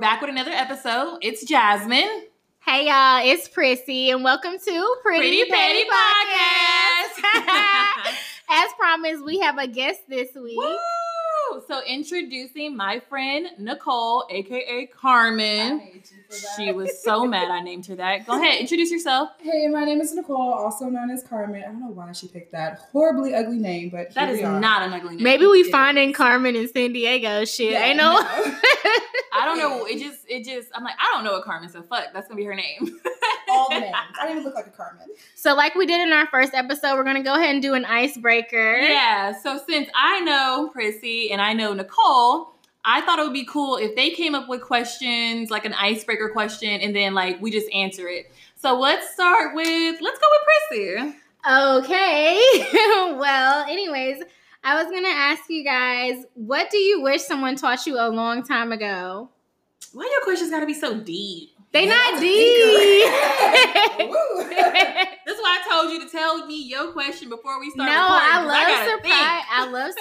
back with another episode. It's Jasmine. Hey y'all, it's Prissy, and welcome to Pretty, Pretty Petty Petty Podcast. Podcast. As promised, we have a guest this week. Woo! So introducing my friend Nicole, aka Carmen. She was so mad I named her that. Go ahead, introduce yourself. Hey, my name is Nicole, also known as Carmen. I don't know why she picked that horribly ugly name, but That here is we are. not an ugly name. Maybe we Yes. finding Carmen in San Diego. Shit, Yeah, ain't no. no. I don't know. It just it just I'm like, I don't know what Carmen, so fuck, that's gonna be her name. all the names. I don't even look like a Carmen. so, like we did in our first episode, we're gonna go ahead and do an icebreaker. Yeah. So since I know Prissy and I know Nicole, I thought it would be cool if they came up with questions, like an icebreaker question, and then like we just answer it. So let's start with let's go with Prissy. Okay. well, anyways, I was gonna ask you guys, what do you wish someone taught you a long time ago? Why your questions gotta be so deep? They Yeah, not that's a deep. Woo. That's why I told you to tell me your question before we No, start. I recording, 'cause love gotta surprise. I love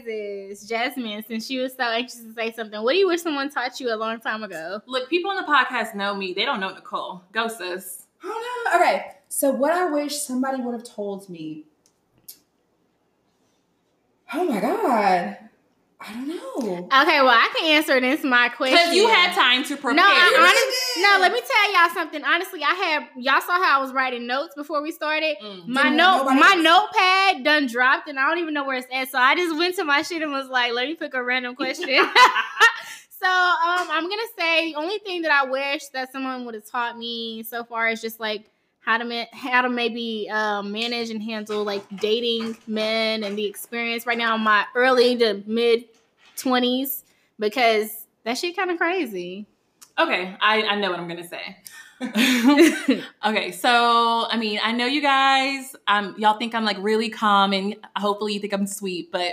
surprises, Jasmine. Since she was so anxious to say something, what do you wish someone taught you a long time ago? think. Look, people on the podcast know me. They don't know Nicole. Go sis. Oh no. Okay. So what I wish somebody would have told me. Oh my God. I don't know. Okay, well I can answer this my question. Because you had time to prepare. no, I honestly Yes. no. Let me tell y'all something. Honestly, I had y'all saw how I was writing notes before we started. Mm. My Didn't note, nobody my else. notepad done dropped, and I don't even know where it's at. So I just went to my shit and was like, "Let me pick a random question." So um, I'm gonna say the only thing that I wish that someone would have taught me so far is just like how to ma- how to maybe uh, manage and handle like dating men and the experience right now in my early to mid twenties because that shit kind of crazy. okay, I, I know what I'm gonna say. Okay, so I mean, I know you guys, um, y'all think I'm like really calm, and hopefully you think I'm sweet. But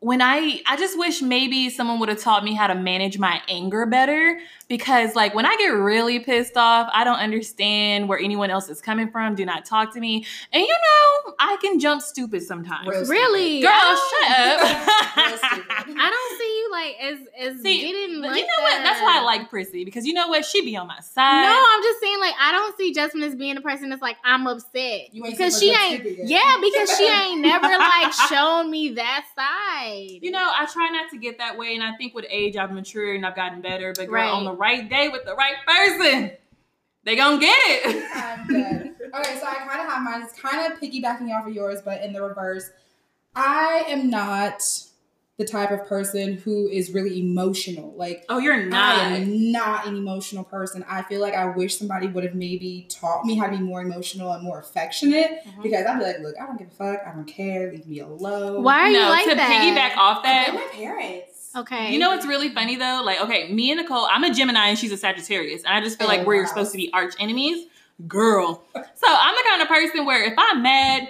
when I, I just wish maybe someone would have taught me how to manage my anger better, because like when I get really pissed off, I don't understand where anyone else is coming from. Do not talk to me, and you know, I can jump stupid sometimes. Real really, Girl, Real shut up. stupid. I don't see you like as as See, getting. But like you know what? That's why I that. like Prissy because you know what? She be on my No, side. I'm just saying, like, I don't see Jasmine as being the person that's like, I'm upset. You ain't because seen she much ain't, activity yet. yeah, because she ain't never like shown me that side. You know, I try not to get that way, and I think with age, I've matured and I've gotten better. But girl, Right. on the right day with the right person, they gonna get it. I'm dead. Okay, so I kind of have mine. It's kind of piggybacking off of yours, but in the reverse. I am not the type of person who is really emotional. Like, Oh, Uh, you're I not. am not an emotional person. I feel like I wish somebody would have maybe taught me how to be more emotional and more affectionate Mhm. because I'd be like, look, I don't give a fuck. I don't care. Leave me alone. Why are you no, like to that? piggyback off They're that. my parents. Okay. You know what's really funny though? Like, okay, me and Nicole, I'm a Gemini and she's a Sagittarius, and I just feel like Oh, we're wow. supposed to be arch enemies, girl. So I'm the kind of person where if I'm mad,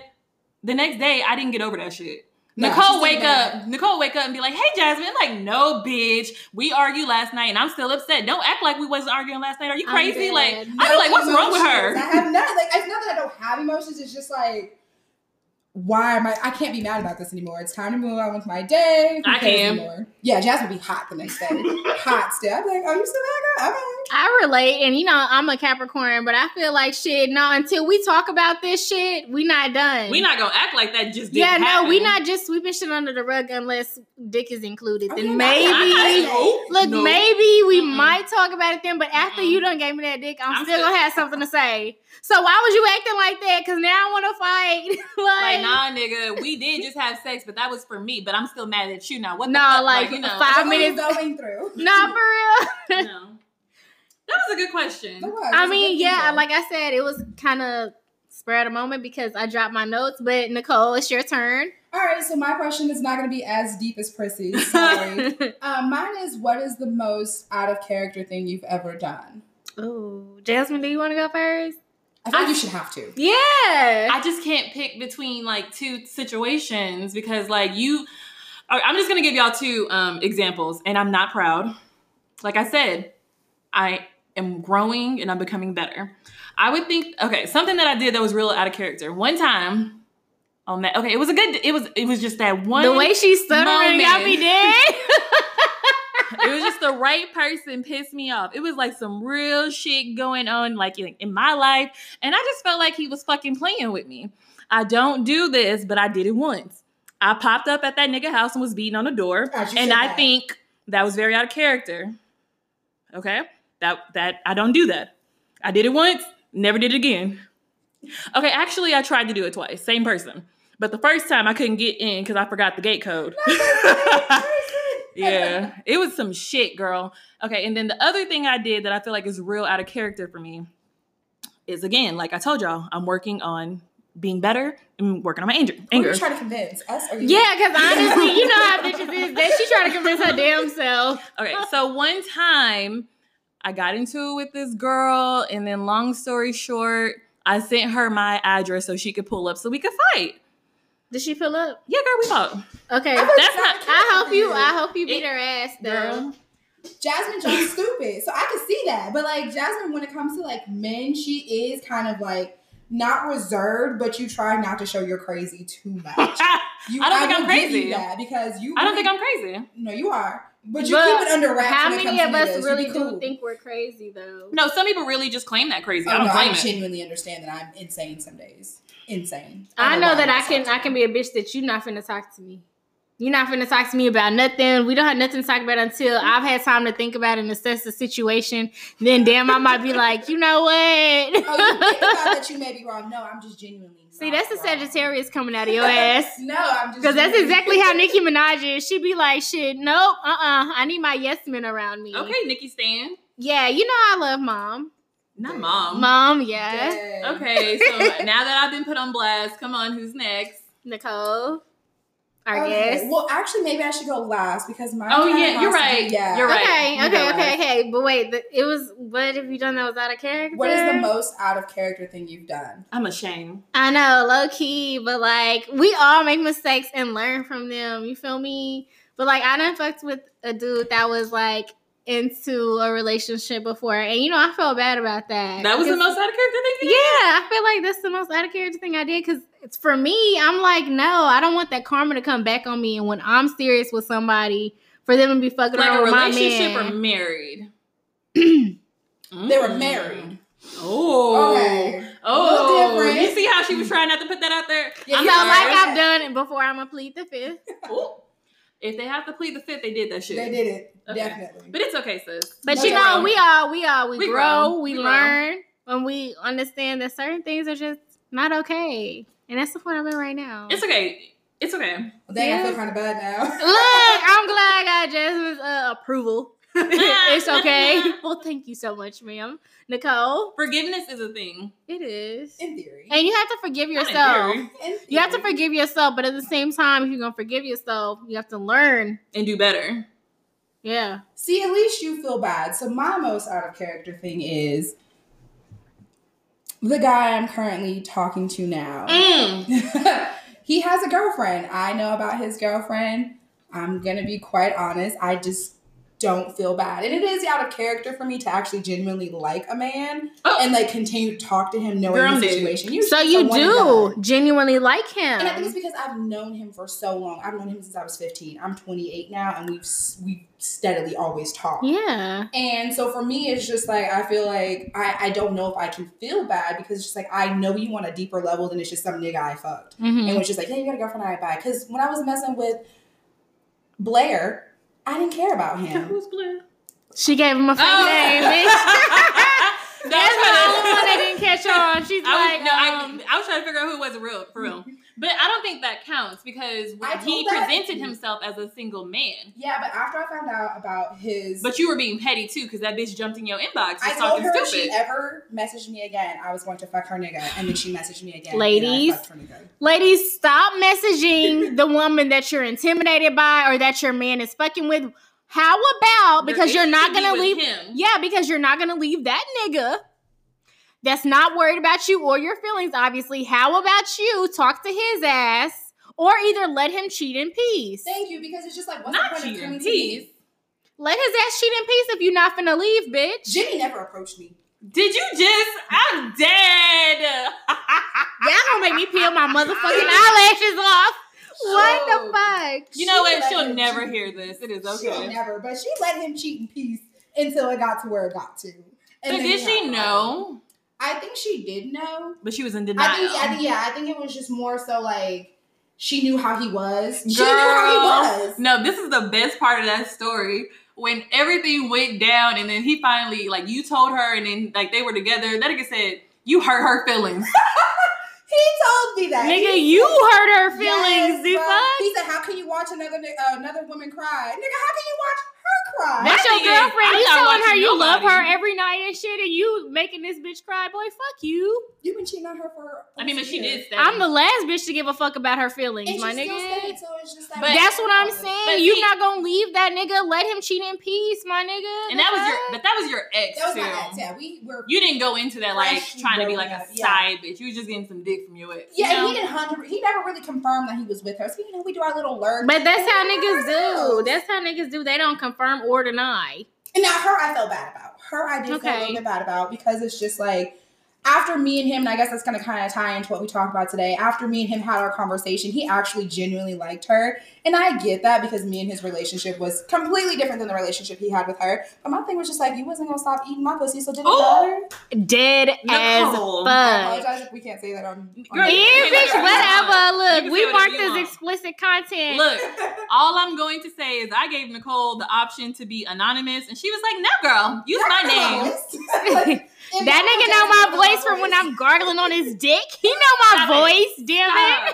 the next day I didn't get over that shit. No, she's Nicole still wake bad. up. Nicole wake up and be like, "Hey Jasmine," I'm like, "No, bitch, we argued last night and I'm still upset. Don't act like we wasn't arguing last night. Are you I'm crazy?" dead. Like, I'd No be like, "What's wrong with emotions. her?" I have not like it's not that I don't have emotions. It's just like why am I? I can't be mad about this anymore. It's time to move on with my day. Who I cares can. Anymore? Yeah, Jasmine be hot the next day. hot still. I'm like, oh, you still mad? Girl? Okay. I relate, and you know I'm a Capricorn, but I feel like shit. No, until we talk about this shit, we not done. We not gonna act like that. Just didn't Yeah, happen. no, we not just sweeping shit under the rug unless dick is included. Okay, Then no, maybe, I- I- no, look, no. maybe we Mm-mm. might talk about it then. But after Mm-mm. you done gave me that dick, I'm, I'm still still- gonna have something to say. So why was you acting like that? Because now I want to fight. like, Like, nah, nigga, we did just have sex, but that was for me. But I'm still mad at you now. What? the No, fuck? like, you know, five That's what we're minutes- going through. nah, for real. no. That was a good question. That was- I that's a mean, good yeah, feedback. like I said, it was kind of spur of the moment because I dropped my notes. But Nicole, it's your turn. All right, so my question is not going to be as deep as Prissy's. Sorry. um, mine is what is the most out of character thing you've ever done? Ooh, Jasmine, do you want to go first? I think I- you should have to. Yeah. I just can't pick between like two situations because like you all right, I'm just gonna give y'all two um examples and I'm not proud. Like I said, I am growing and I'm becoming better. I would think okay, something that I did that was real out of character. One time on that okay, it was a good it was it was just that one the way she stuttering got moment. me dead. it was just the right person pissed me off. It was like some real shit going on, like in, in my life. And I just felt like he was fucking playing with me. I don't do this, but I did it once. I popped up at that nigga house and was beating on the door. As you and should I have. think that was very out of character. Okay? That that I don't do that. I did it once, never did it again. Okay, actually I tried to do it twice, same person. But the first time I couldn't get in because I forgot the gate code. yeah. It was some shit, girl. Okay, and then the other thing I did that I feel like is real out of character for me is again, like I told y'all, I'm working on being better and working on my anger. Who are anger. you trying to convince us? Or you? Yeah, because honestly, you know how bitches is. That she trying to convince her damn self. Okay, so one time I got into it with this girl, and then long story short, I sent her my address so she could pull up so we could fight. Did she fill up? Yeah, girl, we fought. Okay. I thought That's you not- got I hope you. kids. I hope you beat her ass though. Girl. Jasmine Jones stupid. So I can see that. But like Jasmine, when it comes to like men, she is kind of like not reserved, but you try not to show you're crazy too much. You, I don't think will I'm give you crazy. that because you I don't really- think I'm crazy. No, you are. But you But keep it under wraps. How when it many comes of to us niggas. You be really cool. do think we're crazy though? No, some people really just claim that crazy. Oh, I don't no, claim I it. genuinely understand that I'm insane some days. Insane. I don't know why that I'm I can. insane. I can be a bitch that you not finna talk to me. You're not finna talk to me about nothing. We don't have nothing to talk about until I've had time to think about it and assess the situation. Then, damn, I might be like, you know Oh, you think what? about that you may be wrong. No, I'm just genuinely. See, not that's the wrong. Sagittarius coming out of your ass. No, I'm just Because that's genuinely- exactly how Nicki Minaj is. She'd be like, shit, nope, uh uh I need my yes men around me. Okay, Nikki Stan. Yeah, you know I love mom. Not mom. Mom, yeah. Dang. Okay, so now that I've been put on blast, come on, who's next? Nicole, I Okay, guess. Well, actually, maybe I should go last because my. Oh, kinda yeah, has you're to do- right. yeah. You're right. Okay, You okay, go okay. Hey, but wait, the, it was what have you done that was out of character? What is the most out of character thing you've done? I'm ashamed. I know, low key, but like we all make mistakes and learn from them. You feel me? But like I done fucked with a dude that was like into a relationship before, and you know I felt bad about that. That was the Because- most out of character thing. Yeah, I feel like that's the most out of character thing I did because it's for me. I'm like, no, I don't want that karma to come back on me. And when I'm serious with somebody, for them to be fucking Like around a with my relationship man. or married? They Mm. were married. Oh. Okay. Oh, Little you different. see how she was trying not to put that out there? Yeah, I'm so you know, sorry. like I've done it before. I'm gonna plead the fifth. Ooh. If they have to plead the fifth, they did that shit. They did it Okay. definitely. But it's okay, sis. But No, you you're know, wrong. we all we all we, We grow, grown. we, We grown. learn, and we understand that certain things are just not okay. And that's the point I'm in right now. It's okay. It's okay. Well, Dang, I Yeah. feel kind of bad now. Look, I'm glad I got Jasmine's uh, approval. it's okay. well, thank you so much, ma'am. Nicole, Forgiveness is a thing. it is. In theory. And you have to forgive Not in yourself. theory. In You have to theory. forgive yourself, but at the same time, if you're gonna forgive yourself, you have to learn. And do better. Yeah. See, at least you feel bad. So my most out of character thing is the guy I'm currently talking to now. Mm. he has a girlfriend. I know about his girlfriend. I'm gonna be quite honest. I just don't feel bad, and it is out of character for me to actually genuinely like a man Oh. and like continue to talk to him, knowing the Grounded. situation. So just you don't do wanna die. genuinely like him. And I think it's because I've known him for so long. I've known him since I was 15. I'm 28 now, and we've we steadily always talked. yeah. And so for me, it's just like I feel like I, I don't know if I can feel bad because it's just like I know you on a deeper level than it's just some nigga I fucked Mhm. Mm. and was just like, "Yeah, you got a girlfriend, I buy." Because when I was messing with Blair, I didn't care about him. Who's blue? She gave him a Oh. fake name, bitch. bitch. That's the only one that didn't catch on. She's Oh. I was, like, no, um, I, I was trying to figure out who was real for real, but I don't think that counts because I he told that- presented himself as a single man. Yeah, but after I found out about his, But you were being petty too because that bitch jumped in your inbox. I Was told talking her if she stupid. ever messaged me again, I was going to fuck her nigga, and then she messaged me again. and I Ladies. fucked her nigga. ladies, stop messaging the woman that you're intimidated by or that your man is fucking with. How about Oh, because Your you're not issue gonna with leave? him. Yeah, because you're not gonna leave that nigga. That's not worried about you or your feelings, obviously. How about you talk to his ass or either let him cheat in peace? Thank you, because it's just like what's Not the point cheating, of coming to please. me? Let his ass cheat in peace if you're not finna leave, bitch. Jenny never approached me. Did you just? I'm dead. Y'all gonna make me peel my motherfucking eyelashes off. Oh. What the fuck? You know She what? She'll let him never cheat. hear this. It is She'll okay. never, but she let him cheat in peace until it got to where it got to. And But then did he she had- know? I think she did know. But she was in denial. I think, I think, yeah, I think it was just more so like she knew how he was. she knew how he Girl, was. No, this is the best part of that story. When everything went down and then he finally like you told her and then like they were together, that nigga said, You hurt her feelings. He told me that. Nigga, He you said- hurt her Yes, feelings, the bro. fuck? He said, "How can you watch another ni- uh, another woman cry, nigga? How can you watch her cry?" That That's your thing is, girlfriend. I'm you not telling her watching you love her nobody. every night and shit, and you making this bitch cry, boy. Fuck you. You've been cheating on her for. I mean, but she did stay. I'm the last bitch to give a fuck about her feelings, And my she still nigga. stayed, so it's just like, But- That's what I'm But saying. You see- not gonna leave that nigga. Let him cheat in peace, my nigga. and The that was your fuck? but that was your ex That was too. my ex. Yeah, we were. You didn't go into that like Fresh, trying to be like broken a up, yeah. side bitch. You was just getting some dick from your ex. Yeah, you and he didn't hundred. He never really confirmed that he was with her. So you know, we do our little lurk. But that's how And niggas do. knows? That's how niggas do. They don't confirm or deny. And now her, I felt bad about. Her, I did feel a Okay. little bit bad about because it's just like after me and him, and I guess that's gonna kind of tie into what we talked about today. After me and him had our conversation, he actually genuinely liked her, and I get that because me and his relationship was completely different than the relationship he had with her. But my thing was just like you wasn't gonna stop eating my pussy, so did it Ooh. Oh, matter? Dead Nicole. Oh I as fuck. apologize if we can't say that on. on Girl, Yeah, you can say bitch, whatever you whatever. want. You can Look, we say whatever marked you as want. explicit content. Look, all I'm going to say is I gave Nicole the option to be anonymous, and she was like, "No, girl, use my name." name. that nigga know my voice from when I'm gargling on his dick. He know my Stop it. voice, damn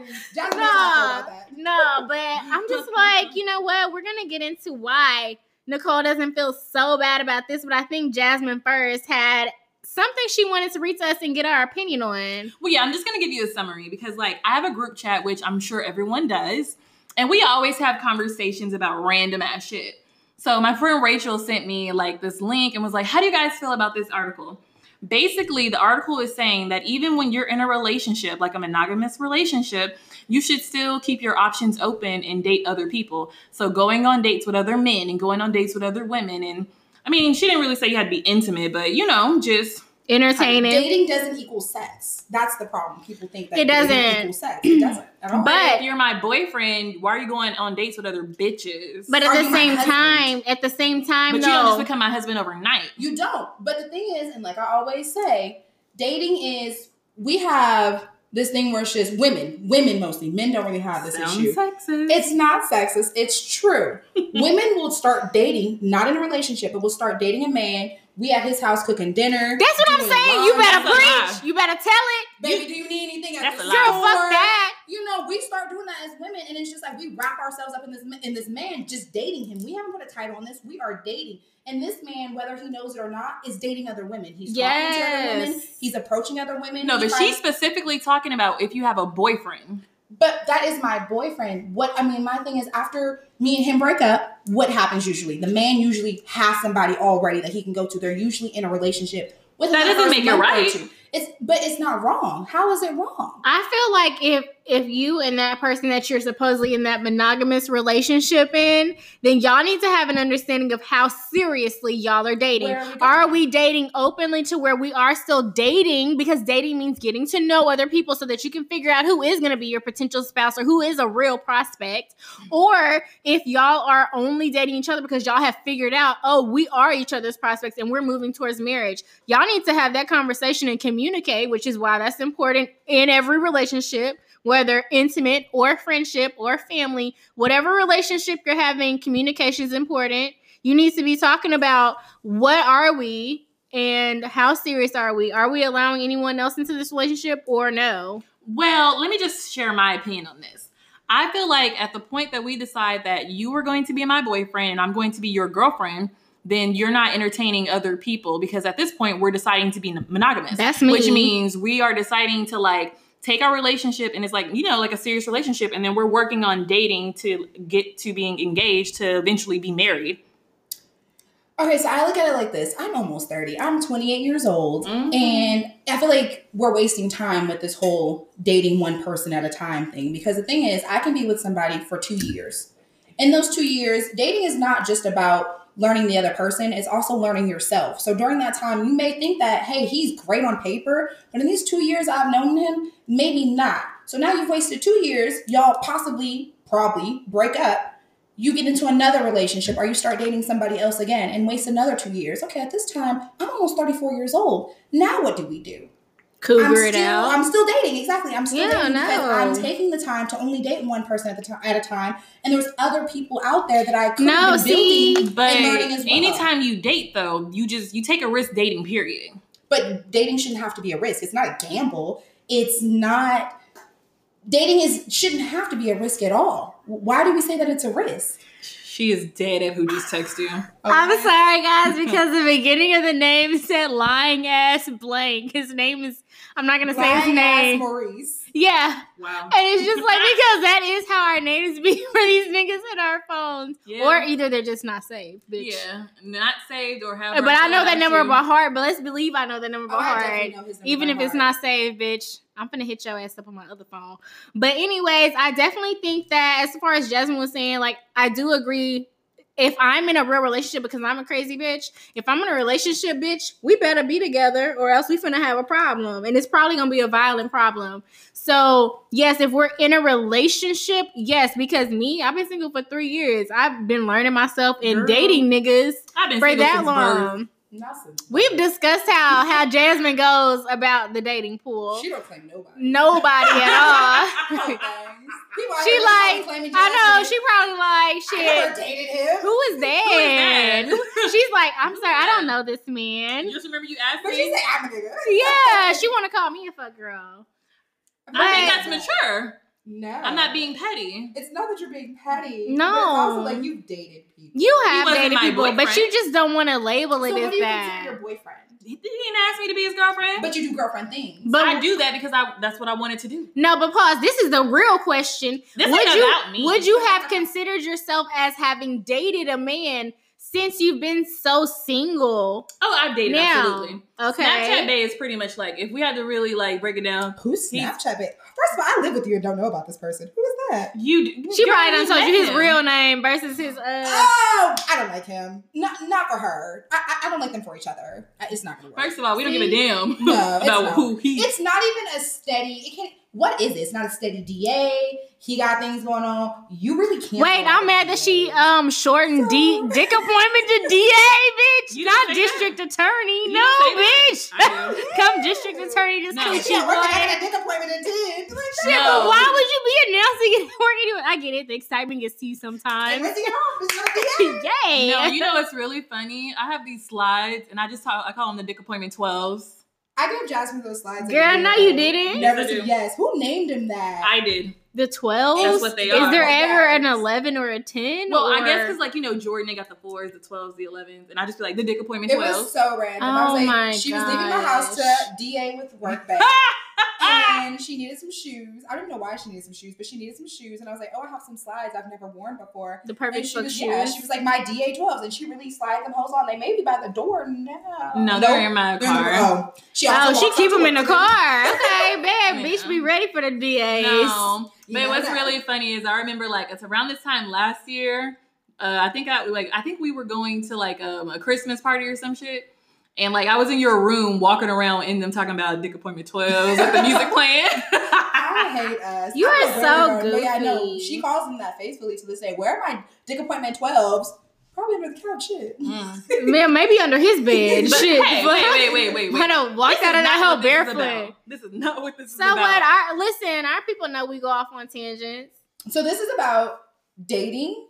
it. Jasmine Nah. about that. No, but I'm just like, you know what? We're gonna get into why Nicole doesn't feel so bad about this, but I think Jasmine first had something she wanted to reach us and get our opinion on. Well, yeah, I'm just gonna give you a summary because, like, I have a group chat, which I'm sure everyone does, and we always have conversations about random ass shit. So my friend Rachel sent me like this link and was like, "How do you guys feel about this article?" Basically, the article is saying that even when you're in a relationship, like a monogamous relationship, you should still keep your options open and date other people. So going on dates with other men and going on dates with other women and I mean, she didn't really say you had to be intimate, but you know, just Entertaining. Dating doesn't equal sex. That's the problem. People think that It dating doesn't. equals sex. It doesn't. At all. But- if you're my boyfriend, why are you going on dates with other bitches? But Are at you the my same husband? time, at the same time, But you don't just though, become my husband overnight. you don't. But the thing is, and like I always say, dating is we have this thing where it's just women, women mostly. Men don't really have this issue. sexist. It's not sexist. It's true. Women will start dating, not in a relationship, but will start dating a man. We at his house cooking dinner. that's what I'm doing saying. You laundry. better That's a lie. preach. You better tell it. Baby, do you need anything? at That's the a Girl, lie. store? fuck that. You know, we start doing that as women, and it's just like we wrap ourselves up in this in this man just dating him. We haven't put a title on this. We are dating, and this man, whether he knows it or not, is dating other women. He's talking to other women. Yes. He's approaching other women. no, He but finds- she's specifically talking about if you have a boyfriend. But that is my boyfriend. What I mean, my thing is, after me and him break up, what happens usually? The man usually has somebody already that he can go to. They're usually in a relationship. With That doesn't make it right. It's but it's not wrong. How is it wrong? I feel like if if you and that person that you're supposedly in that monogamous relationship in, then y'all need to have an understanding of how seriously y'all are dating. Where are we going? Are we dating openly to where we are still dating? Because dating means getting to know other people so that you can figure out who is going to be your potential spouse or who is a real prospect. Or if y'all are only dating each other because y'all have figured out, oh, we are each other's prospects and we're moving towards marriage. Y'all need to have that conversation and communicate, which is why that's important in every relationship. Whether intimate or friendship or family, whatever relationship you're having, communication is important. You need to be talking about what are we and how serious are we? Are we allowing anyone else into this relationship or no? Well, let me just share my opinion on this. I feel like at the point that we decide that you are going to be my boyfriend and I'm going to be your girlfriend, then you're not entertaining other people because at this point we're deciding to be monogamous. That's me. Which means we are deciding to like take our relationship and it's like, you know, like a serious relationship and then we're working on dating to get to being engaged to eventually be married. Okay, so I look at it like this. I'm almost 30. I'm 28 years old. Mhm. And I feel like we're wasting time with this whole dating one person at a time thing because the thing is, I can be with somebody for two years. In those two years, dating is not just about learning the other person, it's also learning yourself. So during that time, you may think that, hey, he's great on paper, but in these two years I've known him, maybe not. So now you've wasted two years. Y'all possibly, probably break up. You get into another relationship or you start dating somebody else again and waste another two years. Okay, at this time, I'm almost 34 years old. Now what do we do? I'm Cougar it still, out. I'm still dating. Exactly. I'm still Yeah, dating because no. I'm taking the time to only date one person at the time at a time. And there's other people out there that I could No, be see? building But and learning as well. anytime you date, though, you just you take a risk dating. Period. But dating shouldn't have to be a risk. It's not a gamble. It's not dating is shouldn't have to be a risk at all. Why do we say that it's a risk? She is dead at who just texted you. I'm sorry, guys, because the beginning of the name said lying ass blank. His name is, I'm not going to say his Lying ass name. Maurice. Yeah. Wow. And it's just like, because that is how our names be for these niggas in our phones. Yeah. Or either they're just not saved, bitch. Yeah, not saved or have. But I know that number by heart, but let's believe I know that number by Oh, I heart. definitely know his number Even by if it's heart. not saved, bitch, I'm gonna hit your ass up on my other phone. But anyways, I definitely think that as far as Jasmine was saying, like I do agree. If I'm in a real relationship because I'm a crazy bitch, if I'm in a relationship, bitch, we better be together or else we finna have a problem. And it's probably gonna be a violent problem. So, yes, if we're in a relationship, yes, because me, I've been single for three years. I've been learning myself and Girl. dating niggas I've been for single that since birth. long. Not so- We've discussed how how Jasmine goes about the dating pool. She don't claim nobody. Nobody at all. People out She here like, claiming I know Jasmine. she probably like I never shit. dated him. Who is that? Who is that? She's like, I'm Who is sorry, I that? don't know this man. You just remember you asked But me. she said I'm a nigga. Yeah, she want to call me a fuck girl. I think But- that's mature. No. I'm not being petty. It's not that you're being petty. No. But it's also like you've dated people. You He have wasn't dated my people, but boyfriend. you just don't want to label so it what as do you that. consider your boyfriend? He didn't ask me to be his girlfriend. But you do girlfriend things. But- I do that because I that's what I wanted to do. no, but pause. This is the real question. This would ain't you about me. would you have considered yourself as having dated a man since you've been so single? Oh, I've dated now, absolutely. okay. Snapchat Bay is pretty much like if we had to really like break it down. Who's He's- Snapchat it? First of all, I live with you and don't know about this person. Who is that? You She girl, probably done told you his met him. real name versus his uh Oh, I don't like him. Not not for her. I, I, I don't like them for each other. I- It's not gonna work. First of all, we don't See? give a damn No, it's about not. who he. it's not even a steady. It can't. What is it? It's not a steady DA. He got things going on. You really can't. Wait, I'm mad that she um shortened D So- dick appointment to DA, bitch. You Not didn't say that. district You attorney. no, didn't bitch. say that. I Come district attorney just No. no. She shit. working. I Like, got a dick appointment at ten. Like, shit, no. but why would you be announcing it working? I get it. The excitement gets to you And sometimes. once you get home, it's not a DA. Yay. No, you know what's really funny? I have these slides, and I just talk, I call them the dick appointment twelves. I gave Jasmine those slides. a Girl, year no, ago. you didn't. Never Yes, I said do. yes. Who named him that? I did. the 12? That's what they Is are. there Oh, ever an yes. 11 or a 10? Well, I or- guess because like you know Jordan, they got the fours, the twelves, the elevens, and I just be like the dick appointment It was twelves. so random. I Oh was like, my she was leaving my house to gosh. DA with work bag. and she needed some shoes. I don't know why she needed some shoes, but she needed some shoes. And I was like, oh, I have some slides I've never worn before. The And perfect she fuck was, shoes. yeah, she was like, my DA 12s. And she really slide them hoes on. They may be by the door now. No, they're in my car. Oh, she, Oh, also she walks keep up to him in the them. car. Okay, bad Yeah. bitch, be ready for the DAs. No, You but know what's that. really funny is I remember like it's around this time last year. Uh, I think I like I think we were going to like um, a Christmas party or some shit, and like I was in your room walking around in them talking about dick appointment twelves with the music playing. I hate us. You I are feel bad so about it, but Yeah, I know. goofy. She calls him that faithfully to this day. Where are my dick appointment 12s? Probably under the couch. Shit. Mm. Man, maybe under his bed. But Shit. hey, wait, wait, wait, wait, wait. Why don't walk This out is of that not hole what this is barefoot? about. This is not what this So is about. what? Our listen, our people know we go off on tangents. So this is about dating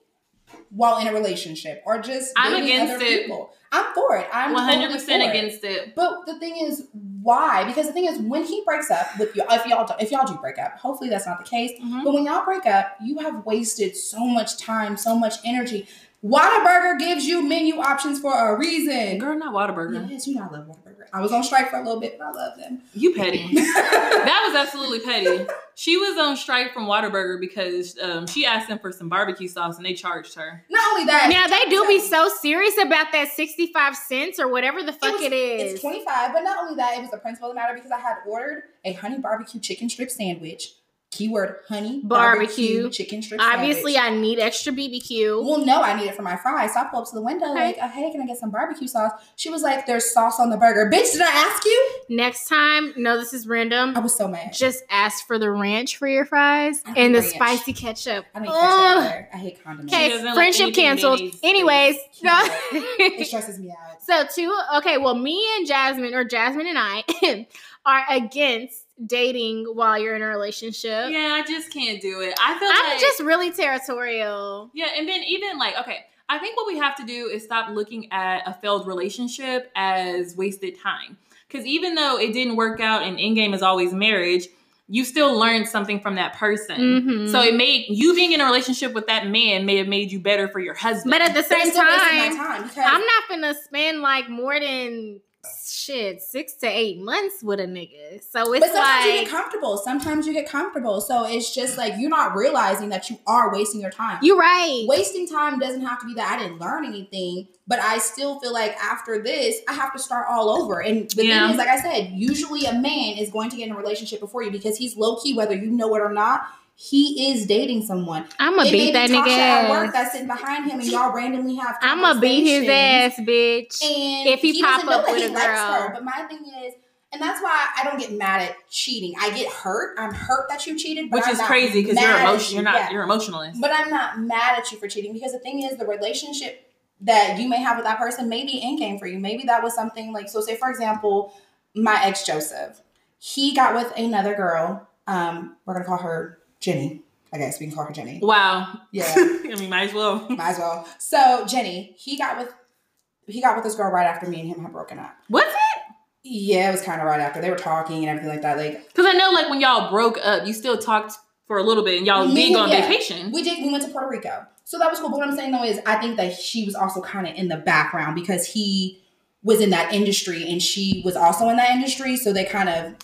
while in a relationship, or just I'm dating against other it. people. I'm for it. I'm One hundred percent totally for it. against it. But the thing is, why? Because the thing is, when he breaks up with you, if y'all do, if y'all do break up, hopefully that's not the case. Mm-hmm. But when y'all break up, you have wasted so much time, so much energy. Whataburger gives you menu options for a reason. Girl, not Whataburger. Yes, you know I love Whataburger. I was on strike for a little bit, but I love them. You petty. that was absolutely petty. She was on strike from Whataburger because um, she asked them for some barbecue sauce and they charged her. Not only that, Now they do be so serious about that sixty-five cents or whatever the fuck was- it It's is. 25, but not only that, it was the principle of the matter because I had ordered a honey barbecue chicken strip sandwich. keyword honey Barbecue. chicken strips. Obviously, I- I need extra BBQ. well, no, I need it for my fries. So I pull up to the window Okay. like, oh, hey, can I get some barbecue sauce? She was like, there's sauce on the burger. Bitch, did I ask you? Next time, no, this is random. I was so mad. Just ask for the ranch for your fries I don't and the ranch. spicy ketchup. I don't eat Ugh. ketchup either. I hate condiments. She uh, Okay, doesn't like friendship anything canceled. mayonnaise. Anyways, no. It stresses me out. so two. Okay, well, me and Jasmine, or Jasmine and I, are against dating while you're in a relationship. Yeah, I just can't do it. I feel I'm like just really territorial. yeah, and then even like okay, I think what we have to do is stop looking at a failed relationship as wasted time. Because even though it didn't work out, and end game is always marriage, you still learned something from that person. Mm-hmm. Mhm. So it made you being in a relationship with that man may have made you better for your husband. but at the But same it's still wasting my time, time because I'm not gonna spend like more than shit six to eight months with a nigga. So it's But sometimes you like get comfortable. Sometimes you get comfortable. So it's just like you're not realizing that you are wasting your time. you're right. wasting time doesn't have to be that I didn't learn anything, but I still feel like after this, I have to start all over. And the Yeah. thing is, like I said, usually a man is going to get in a relationship before you because he's low key, whether you know it or not. He is dating someone. I'm gonna It may beat that be nigga Tasha at work ass. that's sitting behind him, and y'all randomly have. I'm gonna beat his conversations. ass, bitch. And If he doesn't pop know up that with he a likes girl. her. But my thing is, and that's why I don't get mad at cheating. I get hurt. I'm hurt that you cheated, but which I'm is not crazy because mad you're at emotional. you. You're not. Yeah. You're emotionalist. But I'm not mad at you for cheating because the thing is, the relationship that you may have with that person may be end game for you. Maybe that was something like, so say, for example, my ex Joseph, he got with another girl. Um, we're going to call her Jenny. I guess we can call her Jenny. Wow. Yeah, I mean, might as well. might as well. So, Jenny, he got with. He got with this girl right after me and him had broken up. What's it? Yeah, it was kind of right after. They were talking and everything like that. Like, Because I know, like when y'all broke up, you still talked for a little bit, and y'all did go on Yeah. vacation. We did. We went to Puerto Rico, so that was cool. But what I'm saying though is, I think that she was also kind of in the background because he was in that industry and she was also in that industry, so they kind of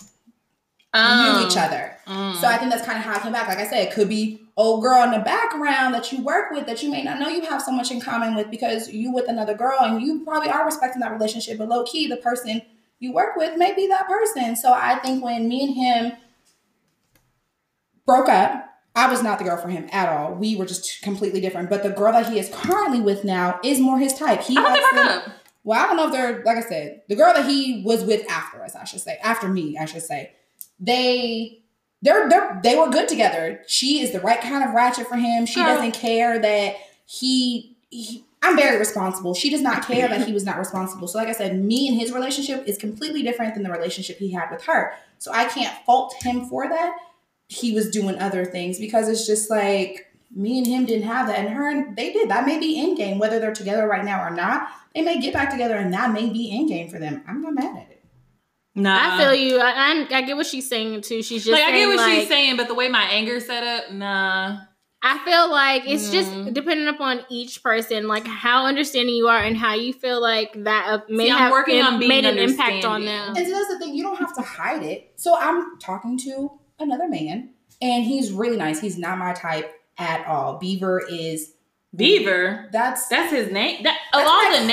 knew each other. Um, Mm. So I think that's kind of how it came back. Like I said, it could be old girl in the background that you work with that you may not know you have so much in common with because you with another girl and you probably are respecting that relationship, but low key the person you work with may be that person. So I think when me and him broke up, I was not the girl for him at all. We were just completely different. But the girl that he is currently with now is more his type. He I thought they likes broke the- up. well, I don't know if they're like I said, the girl that he was with after us, I should say, after me, I should say, they they're they're they were good together. She is the right kind of ratchet for him. She Girl. doesn't care that he, he I'm very responsible. She does not care that he was not responsible. So like I said, me and his relationship is completely different than the relationship he had with her. So I can't fault him for that. He was doing other things because it's just like me and him didn't have that, and her and they did. That may be in game, whether they're together right now or not. They may get back together, and that may be in game for them. I'm not mad at it. Nah. I feel you. I, I, I get what she's saying too. She's just like I get what saying, she's like, saying, but the way my anger set up, nah. I feel like it's Mm. just dependent upon each person, like how understanding you are and how you feel like that uh, may See, I'm have working im- on being made an impact on them. understanding. And so that's the thing. You don't have to hide it. So I'm talking to another man, and he's really nice. He's not my type at all. Beaver is Beaver. That's That's his name. That of that's what all I the call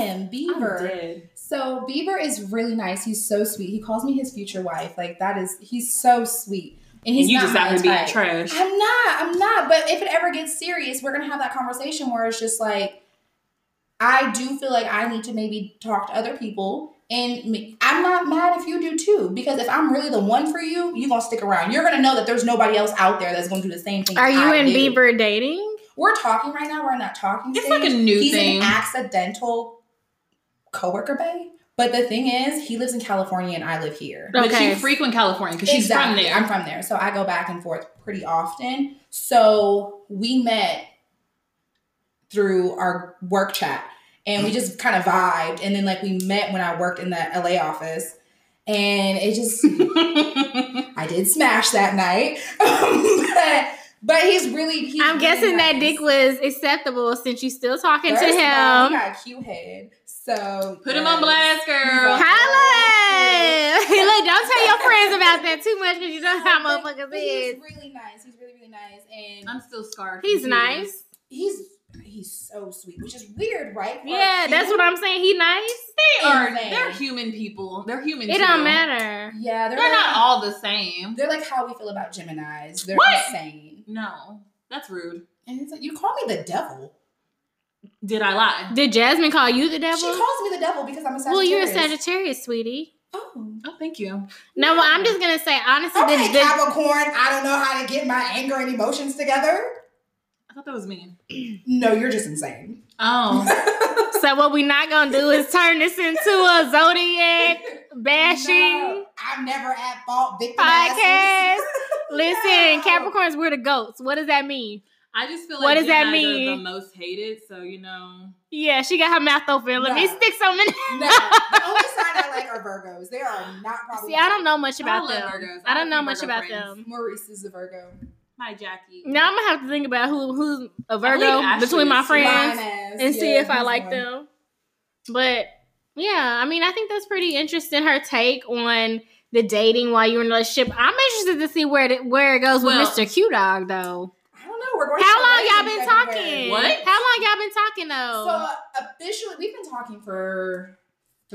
names. him Beaver. So Beaver is really nice. He's so sweet. He calls me his future wife. Like that is he's so sweet. And he's And you not just out here my being type. trash. I'm not. I'm not. But if it ever gets serious, we're gonna have that conversation where it's just like, I do feel like I need to maybe talk to other people, and ma- I'm not mad if you do too, because if I'm really the one for you, you gonna stick around. You're gonna know that there's nobody else out there that's gonna do the same thing. Are you I and do. Bieber dating? We're talking right now. We're not talking. It's stage. like a new He's thing. an accidental coworker, babe. But the thing is, he lives in California and I live here. But Okay. she frequent California because she's from Exactly. there. I'm from there. So I go back and forth pretty often. So we met through our work chat and we just kind of vibed. And then, like, we met when I worked in the LA office. And it just, I did smash that night. but, but he's really, he's I'm really guessing that nice. dick was acceptable since you still talking First to of all, he him. got a cute head. So Put him on blast, girl. Holla! Look, don't tell your friends about that too much because you know how motherfuckers He's is. really nice. He's really really nice, and I'm still scarred. He's nice. he's he's so sweet, which is weird, right? For a Yeah, that's kid. what I'm saying. He nice. They are. Insane. They're human people. They're human. It too. don't matter. Yeah, they're, They're like, not all the same. They're like how we feel about Gemini's. They're What? insane. No, that's rude. And it's like you call me the devil. Did I lie? Did Jasmine call you the She devil? calls me the devil because I'm a Sagittarius. well, you're a Sagittarius, sweetie. Oh. Oh, thank you. No, well, I'm just gonna say honestly, Okay, the, the, Capricorn. I don't know how to get my anger and emotions together. I thought that was mean. No, you're just insane. Oh, so what we not gonna do is turn this into a zodiac bashing No, I'm never at fault. Victim asses. podcast. Listen, No. Capricorns, we're the goats. What does that mean? I just feel like What does that Geminis are mean? The most hated, so you know. Yeah, she got her mouth open. Let me No. stick something. in- No, the only sign I like are Virgos. They are not probably. See, I don't know much about love them. Virgos. I I have don't know few much Virgo about friends. them. Maurice is a Virgo. Hi, Jackie. Now I'm gonna have to think about who who's a believe Virgo Ashley between my is Mine friends Mine is, and see yeah, if I he's like one. them. But yeah, I mean, I think that's pretty interesting. Her take on the dating while you're in a relationship. I'm interested to see where it, where it goes with Well- Mr. Q Dog though. I don't know. We're going. How to long y'all Hawaii in been talking? February. What? How long y'all been talking though? So officially, we've been talking for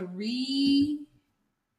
three,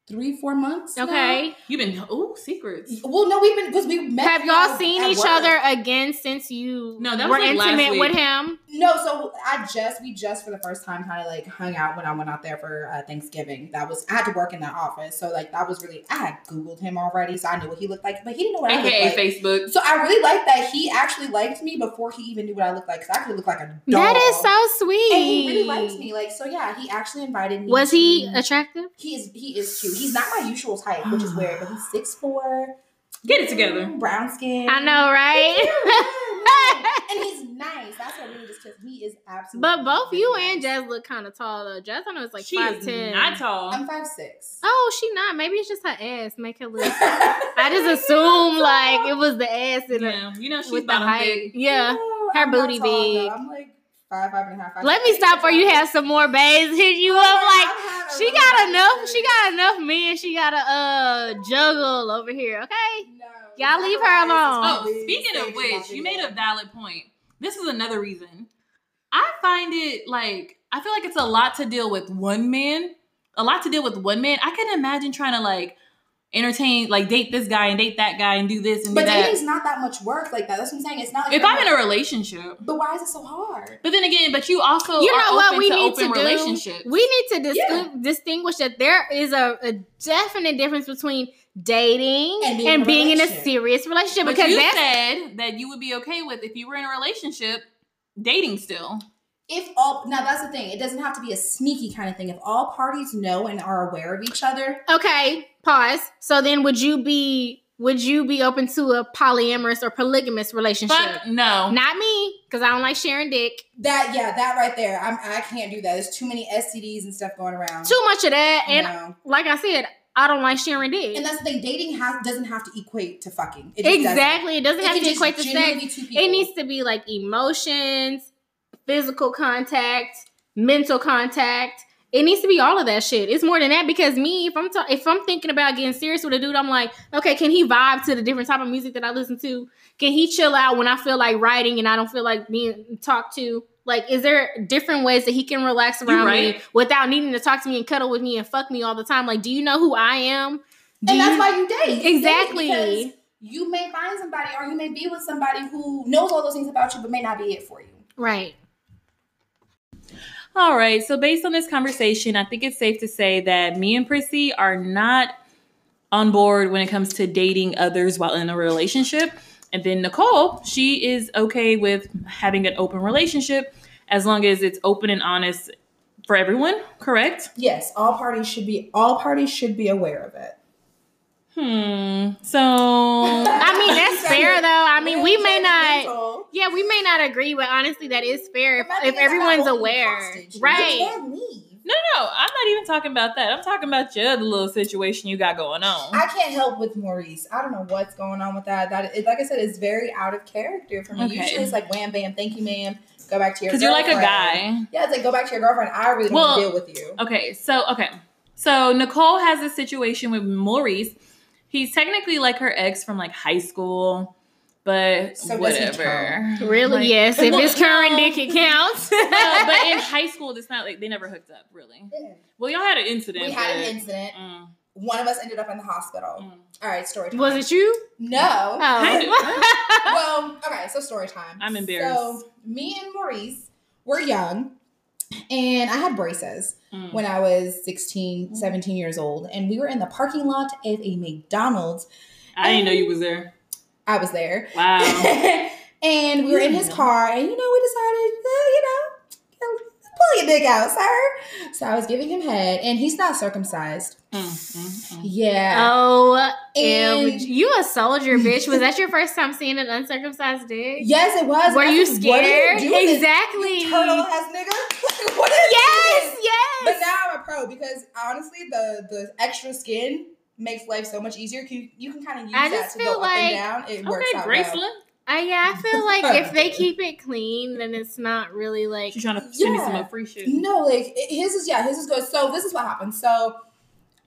three, four months. now. okay. You've been oh secrets. Well, no, we've been because we met. Have y'all seen at each work. other again since you No, that were was, like, last intimate week. with him? No, so I just we just for the first time kind of like hung out when I went out there for uh, Thanksgiving. That was I had to work in that office, so like that was really I had Googled him already, so I knew what he looked like, but he didn't know what I looked AKA like. Facebook. So I really like that he actually liked me before he even knew what I looked like. Cause I actually look like a doll. That is so sweet. And he really likes me. Like so, yeah. He actually invited me. Was he to- attractive? he is. He is cute. He's not my usual type, which is weird. But he's six four. Get it together. Brown skin. I know, He's cute, right? yeah, yeah. and he's nice. That's what really just because he is absolutely. But both you nice. and Jazz look kind of tall though. Jazz, I know it's like she five is ten. not tall. I'm five six. Oh, she not. Maybe it's just her ass make her look. I I just assume like it was the ass in her yeah, you know she's with the bottom height. big. Yeah. her booty big. I'm like five, five and a half. five- Let me stop before you have some more babes hit you up. Like I've had a she really got bad enough. She experience. got enough men. She got to uh juggle over here. Okay. No, Y'all leave her alone. Oh, speaking of which, you made a valid point. This is another reason. I find it like I feel like it's a lot to deal with one man. A lot to deal with one man. I couldn't imagine trying to like entertain, like date this guy and date that guy and do this and But do that. dating's not that much work like that. That's what I'm saying. It's not. Like if you're I'm in like- a relationship, but why is it so hard? but then again, but you also You are know what open we to need open to do? relationships. We need to dis- Yeah. distinguish that there is a, a definite difference between dating and And being, being in a in a relationship. serious relationship but because you that's said that you would be okay with if you were in a relationship dating still. If all now that's the thing. It doesn't have to be a sneaky kind of thing. If all parties know and are aware of each other, Okay, pause. So then would you be would you be open to a polyamorous or polygamous relationship? Fuck no. Not me, because I don't like sharing dick. that yeah, that right there. I'm I can't do that. There's too many STDs and stuff going around. Too much of that. And No. like I said, I don't like sharing dick. And that's the thing. Dating has, doesn't have to equate to fucking. It just exactly. It doesn't Doesn't. have it to can equate to just sex. genuinely be two people. It needs to be like emotions, physical contact, mental contact. It needs to be all of that shit. It's more than that because me, if I'm ta- if I'm thinking about getting serious with a dude, I'm like, okay, can he vibe to the different type of music that I listen to? Can he chill out when I feel like writing and I don't feel like being talked to? Like, is there different ways that he can relax You around me right. without needing to talk to me and cuddle with me and fuck me all the time? Like, do you know who I am? Do you- and that's why you date. You date Exactly. because you may find somebody, or you may be with somebody who knows all those things about you, but may not be it for you. right. All right. So based on this conversation, I think it's safe to say that me and Prissy are not on board when it comes to dating others while in a relationship. And then Nicole, she is okay with having an open relationship as long as it's open and honest for everyone, correct? Yes, all parties should be. All parties should be aware of it. Hmm. So I mean, that's fair though. I mean, we may not. Judgmental. Yeah, we may not agree, but honestly, that is fair if, But my thing if is, I'm not everyone's holding you aware, hostage. You right? can leave. No, no, no. I'm not even talking about that. I'm talking about your other little situation you got going on. I can't help with Maurice. I don't know what's going on with that. That it, like I said, it's very out of character for me. Okay. Usually it's like wham bam, thank you, ma'am. Go back to your Because you're like a girlfriend. guy. Yeah, it's like go back to your girlfriend. I really don't Well, want to deal with you. Okay, so okay. So Nicole has this situation with Maurice. He's technically like her ex from like high school. But So does he whatever. Really? Like- yes. If it's Well, current no. dick, it counts. Uh, but in high school, it's not like they never hooked up, really. Well, y'all had an incident. We had an but- incident. Oh. Mm, One of us ended up in the hospital. mm. All right, story time. was it you? No. Oh. well, okay, so story time. I'm embarrassed. So me and Maurice were young, and I had braces Mm. when I was Mm. 16, 17 years old, and we were in the parking lot of a McDonald's. I didn't know you was there. I was there. Wow. Mm, Oh. and we were in Mm. his car, and you know, we decided, uh, you know, pull your dick out, sir. So I was giving him head, and he's not circumcised. Mm, mm, mm. Yeah. Oh, and and you a soldier, bitch. Was that your first time seeing an uncircumcised dick? yes, it was. Were I you said, "What are scared? doing, you exactly. Turtle ass nigga. Like, what is Yes, this? But yes. now I'm a pro because honestly, the the extra skin makes life so much easier. You, you can kind of use I that just to feel go like- up and down. It works mm. Okay, out Graceland. well. I, Uh, yeah, I feel like if they keep it clean, then it's not really like. She's trying to send me some Yeah. more free shit. No, like it- his is yeah, his is good. So this is what happened. So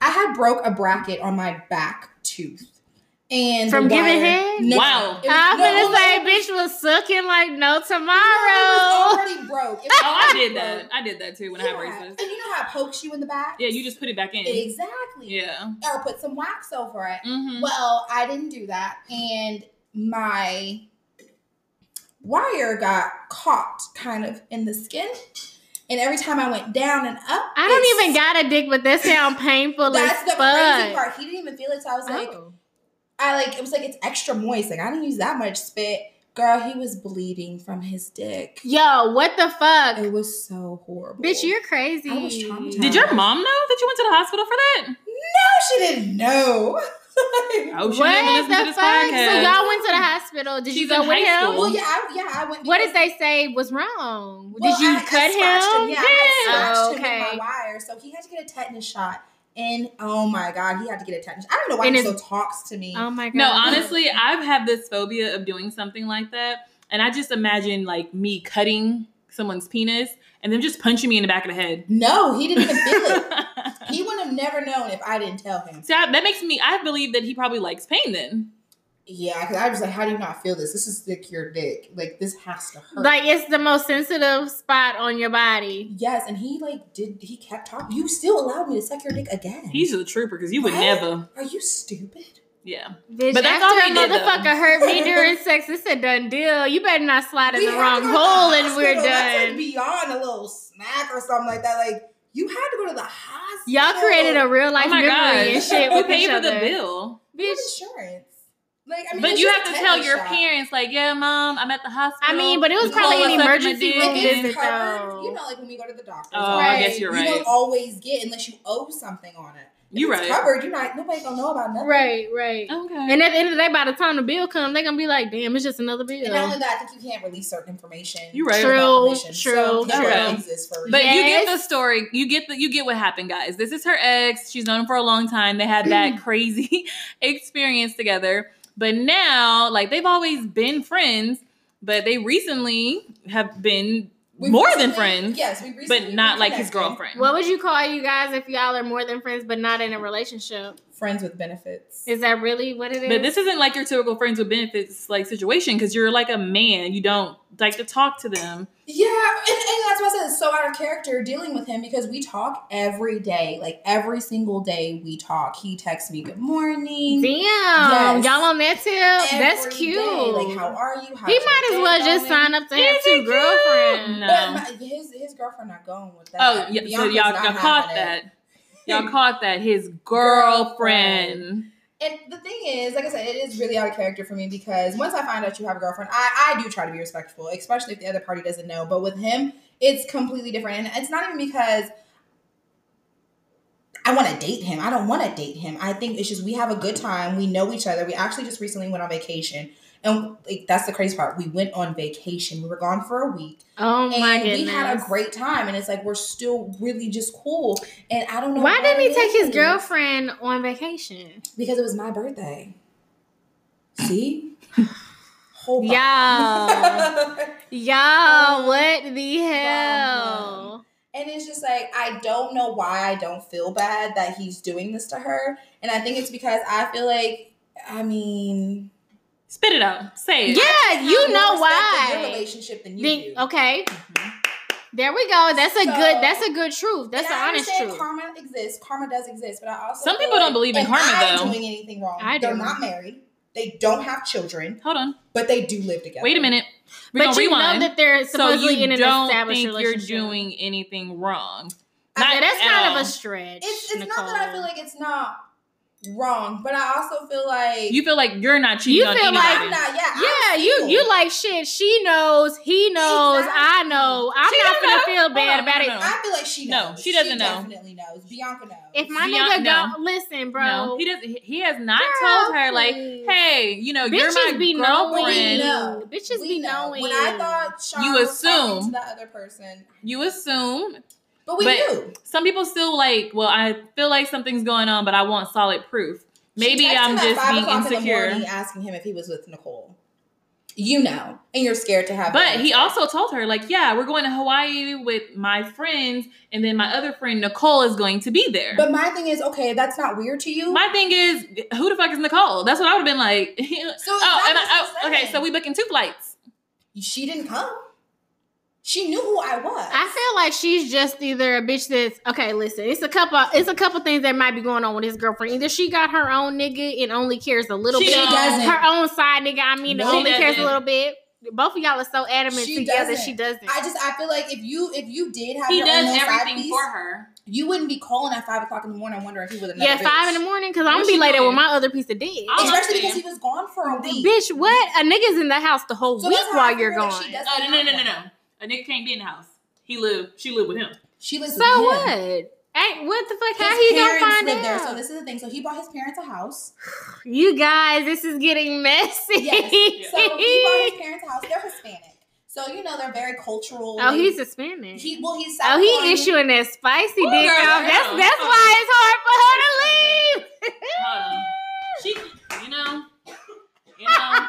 I had broke a bracket on my back tooth, and From the giving wire- head? No, Wow. it was- I'm no, gonna like, say, bitch was sucking like no no, tomorrow. it was already broke. It Oh, was I already did that. broke. I did that too when I had Yeah. braces. And you know how it pokes you in the back? Yeah, you just put it back in. exactly. Yeah. Or put some wax over it. Mm-hmm. Well, I didn't do that, and my wire got caught kind of in the skin. And every time I went down and up, I don't it even got a dick, but that sound painful That's as the crazy fuck. part. He didn't even feel it. So I was like, Oh. I like it was like it's extra moist. Like I didn't use that much spit. Girl, he was bleeding from his dick. Yo, what the fuck? It was so horrible. Bitch, you're crazy. I was traumatized. Did your mom know that you went to the hospital for that? no, she didn't know. Oh, she never What listened to the this fuck? So podcast. y'all went to the hospital. Did you She's go in with high him? school. well, yeah, I, yeah, I went. Oh. What did because- they say was wrong? Well, Did you I- I cut scratched him? Yeah, I Yeah. scratched Oh, him okay. with my wire, so he had to get a tetanus shot. And oh my god, he had to get a tetanus. I don't know why And he his- still talks to me. Oh my god. No, honestly, I've had this phobia of doing something like that. And I just imagine like me cutting someone's penis and them just punching me in the back of the head. no, he didn't even feel it. so He would have never known if I didn't tell him. I- that makes me, I believe that he probably likes pain then. Yeah, because I was like, how do you not feel this? This is like your dick. Like this has to hurt. Like it's the most sensitive spot on your body. yes, and he like did. He kept talking. You still allowed me to suck your dick again. He's a trooper because you would What? never. Are you stupid? Yeah. Bitch, But that's after all a we did, though. motherfucker hurt me during sex, it's a done deal. You better not slide in We the had to wrong go to the hole and we're hospital. That's like done. beyond a little snack or something like that. Like you had to go to the hospital. Y'all created a real life oh my memory God. and shit Who with paid each for other. the bill? You have Bitch, insurance. Like I mean, But it's you just have to tell a tetanus your shot. parents, like, yeah, mom, I'm at the I hospital. mean, but it was Nicole probably an sucking my emergency dick. room Like, if visit it's covered, though. you know, like when we go to the doctor. Oh, I guess you're You right. don't always get unless you owe something on it. If You're it's right. Covered. You're not. Nobody gonna know about nothing. Right, right. Okay. And at the end of the day, by the time the bill comes, they're gonna be like, damn, it's just another bill. And not only that, I think you can't release certain information. You're right. about True, permission. true, So that true. really exists for a reason. But you get the Yes. story. You get the you get what happened, guys. This is her ex. She's known him for a long time. They had that crazy experience together. But now, like they've always been friends, but they recently have been We more recently- than friends, Yes, we recently but not like his reconnected. girlfriend. What would you call you guys if y'all are more than friends but not in a relationship? Friends with benefits. Is that really what it is? but this isn't like your typical friends with benefits like situation because you're like a man. You don't like to talk to them. Yeah, and, and that's why I said it's so out of character dealing with him because we talk every day. Like every single day we talk. He texts me good morning. damn Yes. y'all on that tip. every That's day, cute. Like, how are you? How's he your might as day well just going? sign up to Isn't have two it cute? girlfriends. No. But my, his his girlfriend not going with that. Oh, yeah, so Bianca's y'all, not y'all caught having it. that. Y'all caught that. His girlfriend. Girlfriend. And the thing is, like I said, it is really out of character for me because once I find out you have a girlfriend, I, I do try to be respectful, especially if the other party doesn't know. But with him, it's completely different. And it's not even because I want to date him. I don't want to date him. I think it's just we have a good time. We know each other. We actually just recently went on vacation. And like, that's the crazy part. We went on vacation. We were gone for a week. Oh my and goodness. we had a great time. And it's like we're still really just cool. And I don't know. Why didn't he it take his is. girlfriend on vacation? Because it was my birthday. See? Whole body. Y'all. Um, Y'all, what the wow. um, hell? and it's just like, I don't know why I don't feel bad that he's doing this to her. And I think it's because I feel like, I mean, Spit it out. Say it. Yeah, you know More respect for Your why. relationship than you Then, do. okay, Mm-hmm. there we go. That's a So- good. That's a good truth. That's And an I honest understand truth. Karma exists. Karma does exist, but I also Some feel people don't like believe in if karma, I'm though. Doing anything wrong? I They're do. not married. They don't have children, Hold on. but they do live together. Wait a minute. We're but gonna you rewind. know that they're so supposedly you in an don't established think you're relationship. doing anything wrong. I- Not Yeah, that's at kind all. of a stretch. It's, it's Nicole. not that I feel like it's not wrong, but I also feel like You feel like you're not cheating You on feel anybody. like- I'm not. Yeah, Yeah, I'm you single. you like shit. She knows, he knows, I Exactly. know. I'm She not don't gonna know. feel on, bad about no, it. no, I feel like she No, knows. she doesn't know. Definitely knows. Bianca knows. If my Beyond- nigga uh, no. go, listen, bro. No, he doesn't. he- He has not Girl, told her like, please. hey, you know, you're bitches my be girlfriend. knowing. No, Bitches we be know. knowing. When I thought Sean You was talking assume. to the other person, You assume. but we But- knew. Some people still like. Well, I feel like something's going on, but I want solid proof. Maybe She texted I'm him at just five being o'clock in the insecure. morning asking him if he was with Nicole. You know, and you're scared to have. But he that. also told her, like, yeah, we're going to Hawaii with my friends, and then my other friend Nicole is going to be there. But my thing is, okay, that's not weird to you. my thing is, who the fuck is Nicole? That's what I would have been like. so oh, exactly and I, what oh, I'm okay, saying. so we booking two flights. she didn't come. She knew who I was. I feel like she's just either a bitch that's okay. Listen, it's a couple. It's a couple things that might be going on with his girlfriend. Either she got her own nigga and only cares a little She bit. don't. Her own side nigga. I mean, No, she only cares a doesn't. little bit. Both of y'all are so adamant She together. doesn't. She doesn't. I just I feel like if you if you did have He your does own little side everything piece, for her. you wouldn't be calling at five o'clock in the morning wondering if he was another yeah, bitch. five in the morning because I'm What gonna be she later doing? with my other piece of dick. I'm saying. especially because he was gone for a week. Bitch, what? A nigga's in the house the whole So week that's how while I feel you're gone. like she doesn't Oh no no have no no one. no! A nigga can't be in the house. He live. She live with him. She was So what? Ain't what the fuck? How His he gonna parents find lived out? there, so this is the thing. So he bought his parents a house. you guys, this is getting messy. Yes. So he bought his parents a house. They're Hispanic, so you know they're very cultural. oh, They- he's Hispanic. he well he's South oh, he Carolina. issuing that spicy Ooh, dick girl, out. That's girl. that's why it's hard for her to leave. Hold on. She, you know, you know.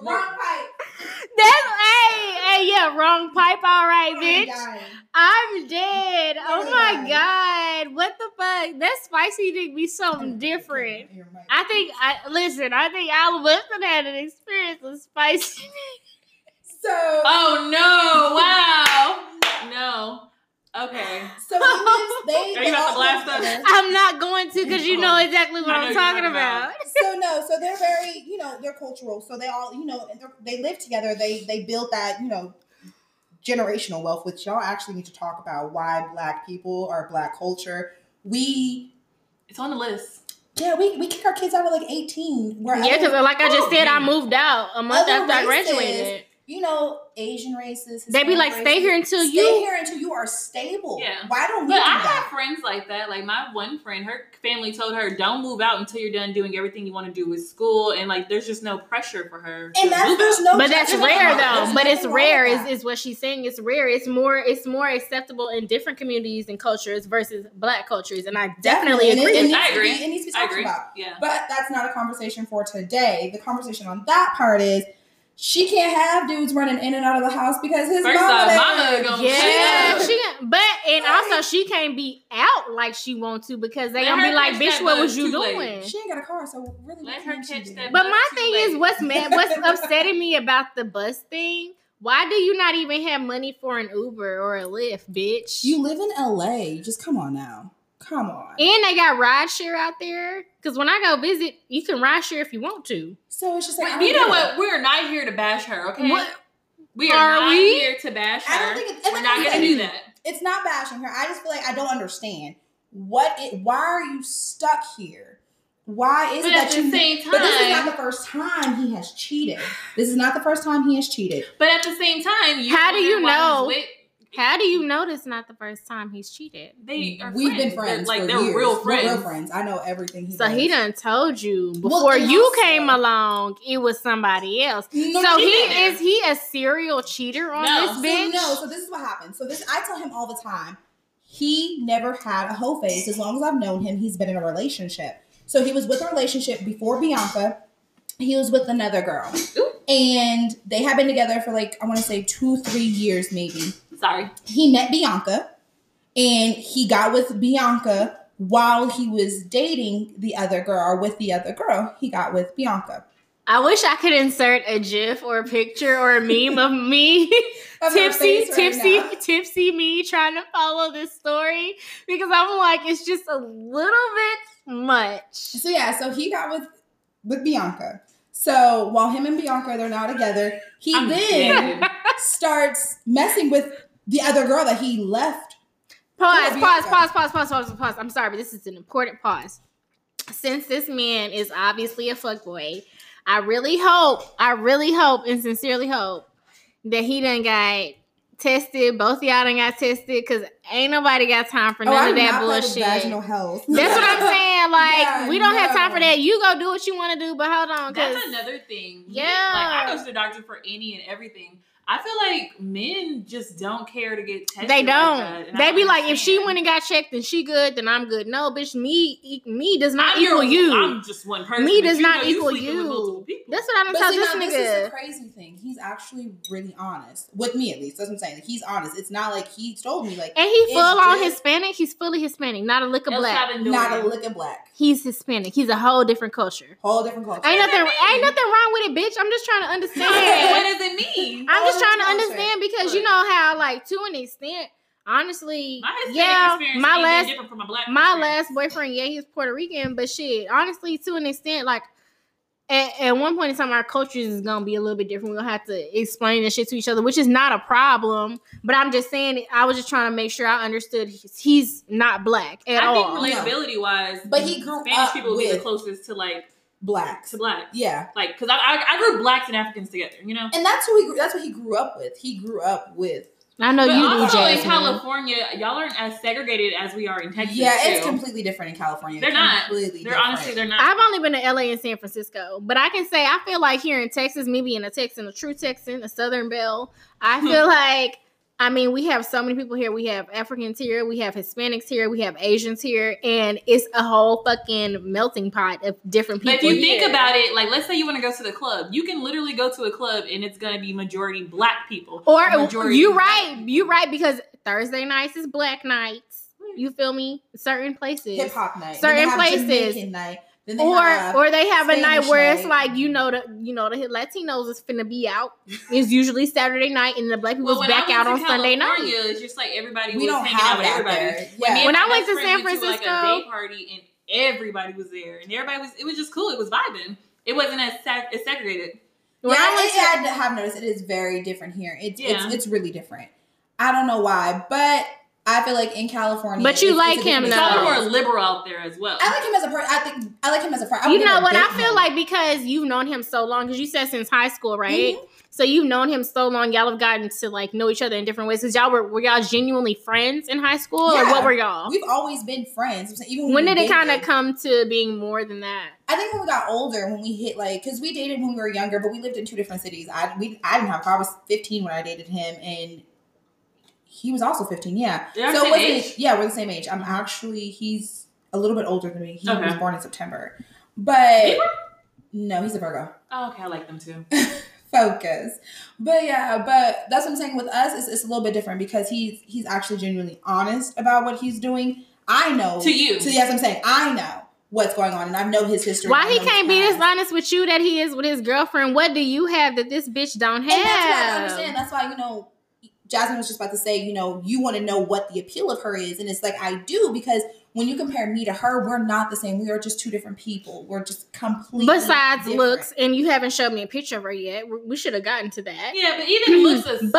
Wrong pipe. That's hey, hey, yeah, wrong pipe. All right, I'm bitch. dying. I'm dead. Oh You're my god, dying. what the fuck? That spicy dick be Oh something different. Your mic. I think I listen. I think Alabama had an experience with spicy. so. Oh no! Wow. No. Okay. So he lives, they, Are you they about to all blast live us? together. I'm not going to because you know Oh, exactly what I know I'm you're talking talking about. about. so no, so they're very, you know, they're cultural. So they all, you know, and they're- they live together. They they built that, you know, generational wealth, which y'all actually need to talk about why black people or black culture. We It's on the list. yeah, we, we kick our kids out at like eighteen. Where Yeah, other- because like I just Oh, said, I yeah. moved out a month after Other I races, graduated. you know, Asian races. They be Hispanic like, stay races, here until stay you. here until you are stable. Yeah. Why don't we But do I have that? friends like that. Like my one friend, her family told her, "Don't move out until you're done doing everything you want to do with school." And like, there's just no pressure for her. to And that's move there's out. no. But that's judgment rare about it. though. There's But it's nothing wrong with rare that. is, is what she's saying. It's rare. It's more it's more acceptable in different communities and cultures versus black cultures. And I definitely And it- agree it with needs I to be- agree. It needs to be I talked agree. about. Yeah. But that's not a conversation for today. The conversation on that part is she can't have dudes running in and out of the house because his First mama. off, there. mama gonna Yeah, She- she. But and also she can't be out like she want to because they Let gonna her be like, catch "Bitch, that what bug was you too late. doing?" she ain't got a car, so really. Let what her can she catch do? that But my Too thing late. is, what's mad, what's upsetting me about the bus thing? Why do you not even have money for an Uber or a Lyft, bitch? You live in L.A. Just come on now. Come on. and they got rideshare out there. Cause when I go visit, you can rideshare if you want to. so it's just like I Wait, don't you know get what? it. We're not here to bash her, okay? What? We are, Are not we? here to bash her. I don't think it's- I We're think not it's- gonna do that. It's not bashing her. I just feel like I don't understand what it. Why are you stuck here? Why is But it at that the you? same time, but this is not the first time he has cheated. This is not the first time he has cheated. But at the same time, you How do you wonder why he's know? With, How do you know that's not the first time he's cheated? they are We've They're- been friends like for they're years. real We're friends. friends. I know everything he So does. he done told you Well, before and you also- came along, it was somebody else. No, So she he been there. is he a serial cheater on No. this so bitch? no. So this is what happened. So this I tell him all the time. He never had a hoe phase. As long as I've known him, he's been in a relationship. So he was with a relationship before Bianca. He was with another girl, and they had been together for like I want to say two, three years maybe. Sorry. He met Bianca, and he got with Bianca while he was dating the other girl. With the other girl, he got with Bianca. I wish I could insert a GIF or a picture or a meme of me Of her tipsy, face right tipsy, now. tipsy me trying to follow this story because I'm like, it's just a little bit much. So yeah, so he got with with Bianca. So while him and Bianca they're now together, he I'm then dead. starts messing with the other girl that he left. Pause, Bianca. pause, pause, pause, pause, pause, pause. I'm sorry, but this is an important pause. Since this man is obviously a fuckboy, I really hope, I really hope and sincerely hope that he done got tested. Both y'all done got tested because ain't nobody got time for oh, none I of do that not play with bullshit. Vaginal health. That's what I'm saying. Like, Yeah, we don't have time no. for that. You go do what you want to do, but hold on. Cause That's another thing. Yeah. Like, I go to the doctor for any and everything. I feel like men just don't care to get tested. they like don't. that, and I they be like, if she understand. went and got checked and she good, then I'm good. No, bitch, me e- me does not I'm your- equal you. I'm just one person. me but does you not know equal sleeping with multiple you. people. That's what I'm But telling see, this now, this is the nigga. crazy thing. He's actually really honest with me, at least. That's what I'm saying. Like, he's honest. It's not like he told me like And he It's full on just- Hispanic. He's fully Hispanic, not a lick of El black. Salvador. not a lick of black, He's Hispanic. He's a whole different culture. whole different culture. Ain't What does nothing. that Ain't mean? nothing wrong with it, bitch. I'm just trying to Okay, understand. what does it mean? I'm just Oh, trying to that's understand because you Look. know how, like, to an extent, honestly, My Hispanic yeah, experience my ain't that last, different from my black. my experience. last boyfriend, yeah, he's Puerto Rican, but shit, honestly, to an extent, like, at, at one point in time, our cultures is gonna be a little bit different. We're gonna have to explain this shit to each other, which is not a problem. But I'm just saying, I was just trying to make sure I understood he's, he's not black at I all. think relatability wise, But he grew Spanish up people be with the closest to like blacks. to black. Yeah. Like, cause I, I I grew blacks and Africans together, you know. And that's who he grew, that's what he grew up with. He grew up with. I know but you do, also in Jasmine. California, y'all aren't as segregated as we are in Texas. yeah, it's too. completely different in California. They're not. Completely They're different. honestly they're not. I've only been to LA and San Francisco, but I can say I feel like here in Texas, me being a Texan, a true Texan, a Southern Belle, I Hmm. feel like I mean we have so many people here. We have Africans here, we have Hispanics here, we have Asians here, and it's a whole fucking melting pot of different But people. if you think here. about it, like let's say you want to go to the club, you can literally go to a club and it's gonna be majority black people. or majority you black right, you right because Thursday nights is Black nights. You feel me? Certain places. hip hop night. Certain Then they have places. Jamaican night. Then they or have, or they have a night Spanish where it's night. like you know the you know the Latinos is finna be out. It's usually Saturday night and the black people's Well, when I back went out to on Sunday California, night. It's just like everybody we was don't hanging out have with that everybody. When there. me Yeah. and When my I went best to friend San went to, like, a Francisco- day party and everybody was there, and everybody was. It was just cool. It was vibing. It wasn't as, seg- as segregated. When yeah, I went to- I, I have noticed it is very different here. It's Yeah. it's it's really different. I don't know why, but I feel like in California. But you it's- it's like a him, different Some though. of them experience. were liberal out there as well. I like him as a person. I think I like him as a friend. I would you know never what I date feel him. like because you've known him so long because you said since high school, right? Mm-hmm. So you've known him so long, y'all have gotten to like know each other in different ways. Cause y'all were were y'all genuinely friends in high school, or Yeah. what were y'all? We've always been friends. I'm saying, Even When we did it kind of dated. come to being more than that? I think when we got older, when we hit like, because we dated when we were younger, but we lived in two different cities. I we I didn't have. I was fifteen when I dated him, and he was also fifteen. Yeah, They're so the same it wasn't- age. yeah, we're the same age. I'm actually he's a little bit older than me. He Okay. was born in September, but Libra? no, he's a Virgo. Oh, okay, I like them too. Focus, but yeah, but that's what I'm saying. With us, it's, it's a little bit different because he's he's actually genuinely honest about what he's doing. I know To you. So yes, I'm saying I know what's going on, and I know his history. Why I he know his can't be this past. honest with you that he is with his girlfriend? What do you have that this bitch don't have? And that's what I don't understand. That's why, you know, Jasmine was just about to say, you know, you want to know what the appeal of her is. And it's like, I do, because when you compare me to her, we're not the same. We are just two different people. We're just completely. Besides different. looks, and you haven't showed me a picture of her yet. We- We should have gotten to that. Yeah, but even looks aside,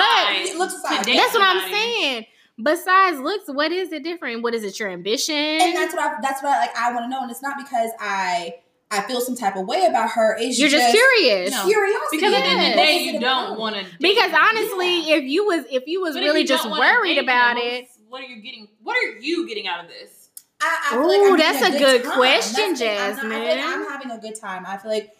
But- Looks aside, today That's what I'm somebody- saying. Besides looks, what is it different? What is it? Your ambition? And that's what I, that's what I, like, I want to know. And it's not because I, I feel some type of way about her. It's You're just, curious. No. Curiosity. Because at the end of the Yes. day, you don't want to. Because honestly, if you was if you was really just worried about it, What are you getting? What are you getting out of this? I, I feel like Ooh, I'm that's having a good time. question, the thing. I'm not- I feel like Jasmine. I'm having a good time. I feel like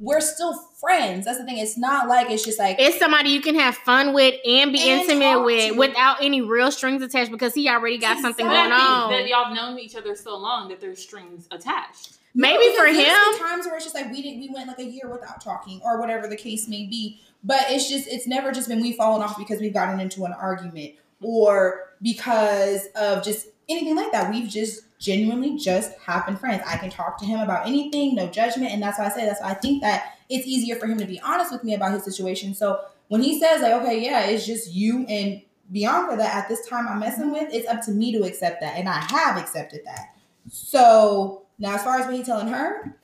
we're still friends. That's the thing. It's not like it's just like it's somebody you can have fun with and be And intimate talk with to. without any real strings attached because he already got something But I going Exactly. on. think that y'all known each other so long that there's strings attached. Maybe for him, There's been times where it's just like we didn't, we went like a year without talking, or whatever the case may be. But it's just, it's never just been we falling off because we've gotten into an argument or because of just anything like that. We've just genuinely just have been friends. I can talk to him about anything, no judgment. And that's why I say that's why I think that it's easier for him to be honest with me about his situation. So when he says, like, okay, yeah, it's just you and Bianca that at this time I'm messing with, it's up to me to accept that. And I have accepted that. So now as far as what he's telling her,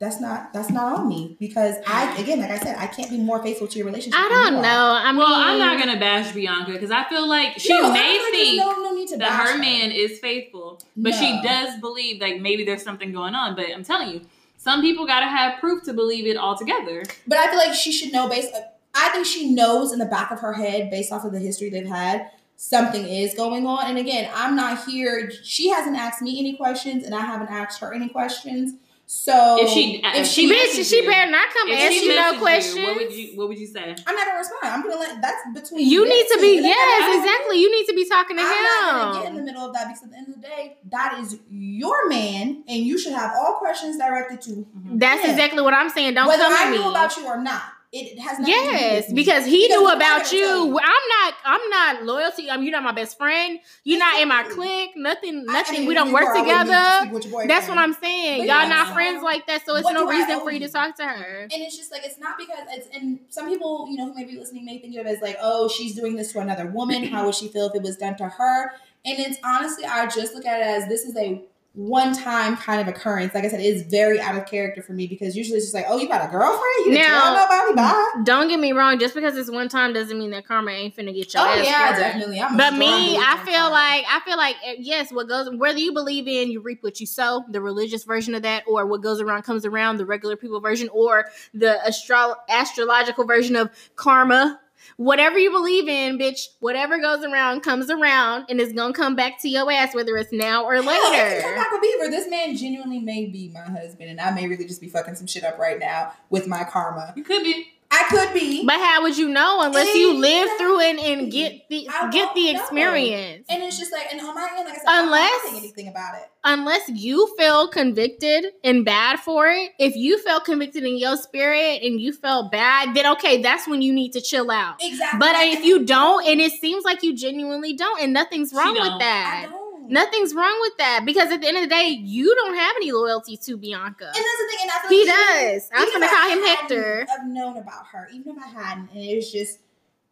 that's not that's not on me because I again, like I said, I can't be more faithful to your relationship. I than you don't are. know. I mean, well, I'm not gonna bash Bianca because I feel like she No, I may feel like there's think no, no need to that bash her man is faithful, but she No. does believe like maybe there's something going on. But I'm telling you, some people gotta have proof to believe it altogether. But I feel like she should know based. I think she knows in the back of her head, based off of the history they've had, something is going on. And again, I'm not here. She hasn't asked me any questions, and I haven't asked her any questions. So If she- if she bitch, messaged she you. better not come If ask she you messaged no you, questions. What would you What would you say? I'm not gonna respond. I'm gonna let that's between. You them need to two. be It doesn't yes, matter. exactly. You need to be talking to I'm not gonna get in the him. middle of that because at the end of the day, that is your man, and you should have all questions directed to That's Yeah. exactly what I'm saying. Don't whether come I to me. knew about you or not. It has nothing Yes, to do with me. because he Because knew I'm about gonna tell you. you. I'm not. I'm not loyal to you. I mean, you're not my best friend. You're not in my Exactly. clique. Nothing. I- I Nothing. mean, we if don't you work were, I wouldn't even together. speak with your That's what boyfriend. I'm saying. But Y'all yeah, not so- friends like that, so it's What no do I reason owe for you to you? talk to her. And it's just like it's not because it's and some people, you know, who may be listening may think of it as like, oh, she's doing this to another woman. How would she feel if it was done to her? And it's honestly, I just look at it as this is a one time kind of occurrence. Like I said, it's very out of character for me because usually it's just like, oh, you got a girlfriend? You didn't tell Now- nobody bye. Don't get me wrong. Just because it's one time doesn't mean that karma ain't finna get your Oh ass. yeah, hurt. definitely. I'm a But strong me, believer I in feel karma. like I feel like eh, yes, what goes whether you believe in you reap what you sow, the religious version of that, or what goes around comes around, the regular people version, or the astro- astrological version of karma. Whatever you believe in, bitch, whatever goes around comes around and it's gonna come back to your ass, whether it's now or Hell, if you come later. back with Beaver, this man genuinely may be my husband, and I may really just be fucking some shit up right now with my karma. You could be. I could be. But how would you know unless you live through it and Exactly. get the I get the won't know. experience? And it's just like, and on my end, like I said, I'm Unless- not saying anything about it. unless you feel convicted and bad for it, if you felt convicted in your spirit and you felt bad, then okay, that's when you need to chill out. Exactly. But if you don't, and it seems like you genuinely don't, and nothing's She wrong with don't. I that. don't. Nothing's wrong with that because at the end of the day, you don't have any loyalty to Bianca. And that's the thing, and I feel He like even- does. I'm even gonna if call I him hadn't Hector. have known about her, even if I hadn't, and it was just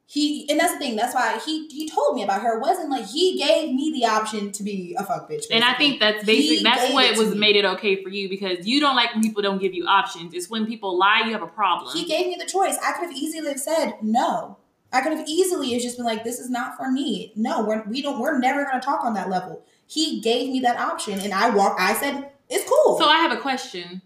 he. And that's the thing. That's why he he told me about her. It wasn't like he gave me the option to be a fuck bitch. And I basically. think that's He basic. That's gave it what to was me. made it okay for you because you don't like when people don't give you options. It's when people lie, you have a problem. He gave me the choice. I could have easily have said no. I could have easily have just been like, "This is not for me. No, we're we don't. We're never going to talk on that level." He gave me that option, and I walk. I said, "It's cool." So I have a question.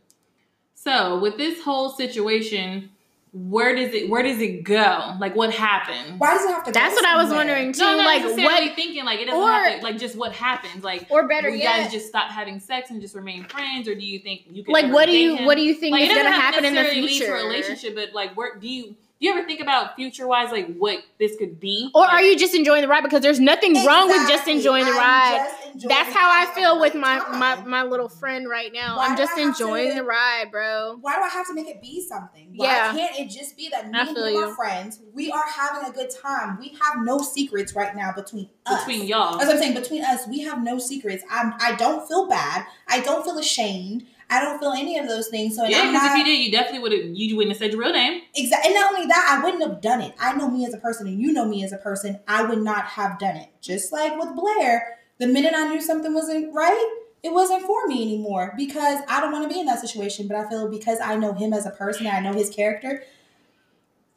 So with this whole situation, where does it where does it go? Like what happened? Why does it have to? That's go what I was somewhere? wondering too. No, not like necessarily what, thinking like it doesn't or- have to, like just what happens. Like or better will you yet, guys just stop having sex and just remain friends, or do you think you could like ever what do date you him? what do you think like, is it doesn't gonna have to happen in the necessarily lead to future? a relationship, but like where do you do you ever think about future wise like what this could be? Or Like, are you just enjoying the ride? Because there's nothing wrong with just Exactly. enjoying the I'm ride. just enjoying That's the how I ride. feel with my Time. my, my little friend right now. Why I'm do I just have to- enjoying the ride, bro. Why do I have to make it be something? Why Yeah. can't it just be that me I and feel you are you. friends? We are having a good time. We have no secrets right now between us. between y'all? As I'm saying, between us, we have no secrets. I'm, I don't feel bad. I don't feel ashamed. I don't feel any of those things. So and Yeah, I'm because not, if you did, you definitely would have you wouldn't have said your real name. Exa- and not only that, I wouldn't have done it. I know me as a person, and you know me as a person. I would not have done it. Just like with Blair, the minute I knew something wasn't right, it wasn't for me anymore because I don't want to be in that situation. But I feel because I know him as a person, and I know his character.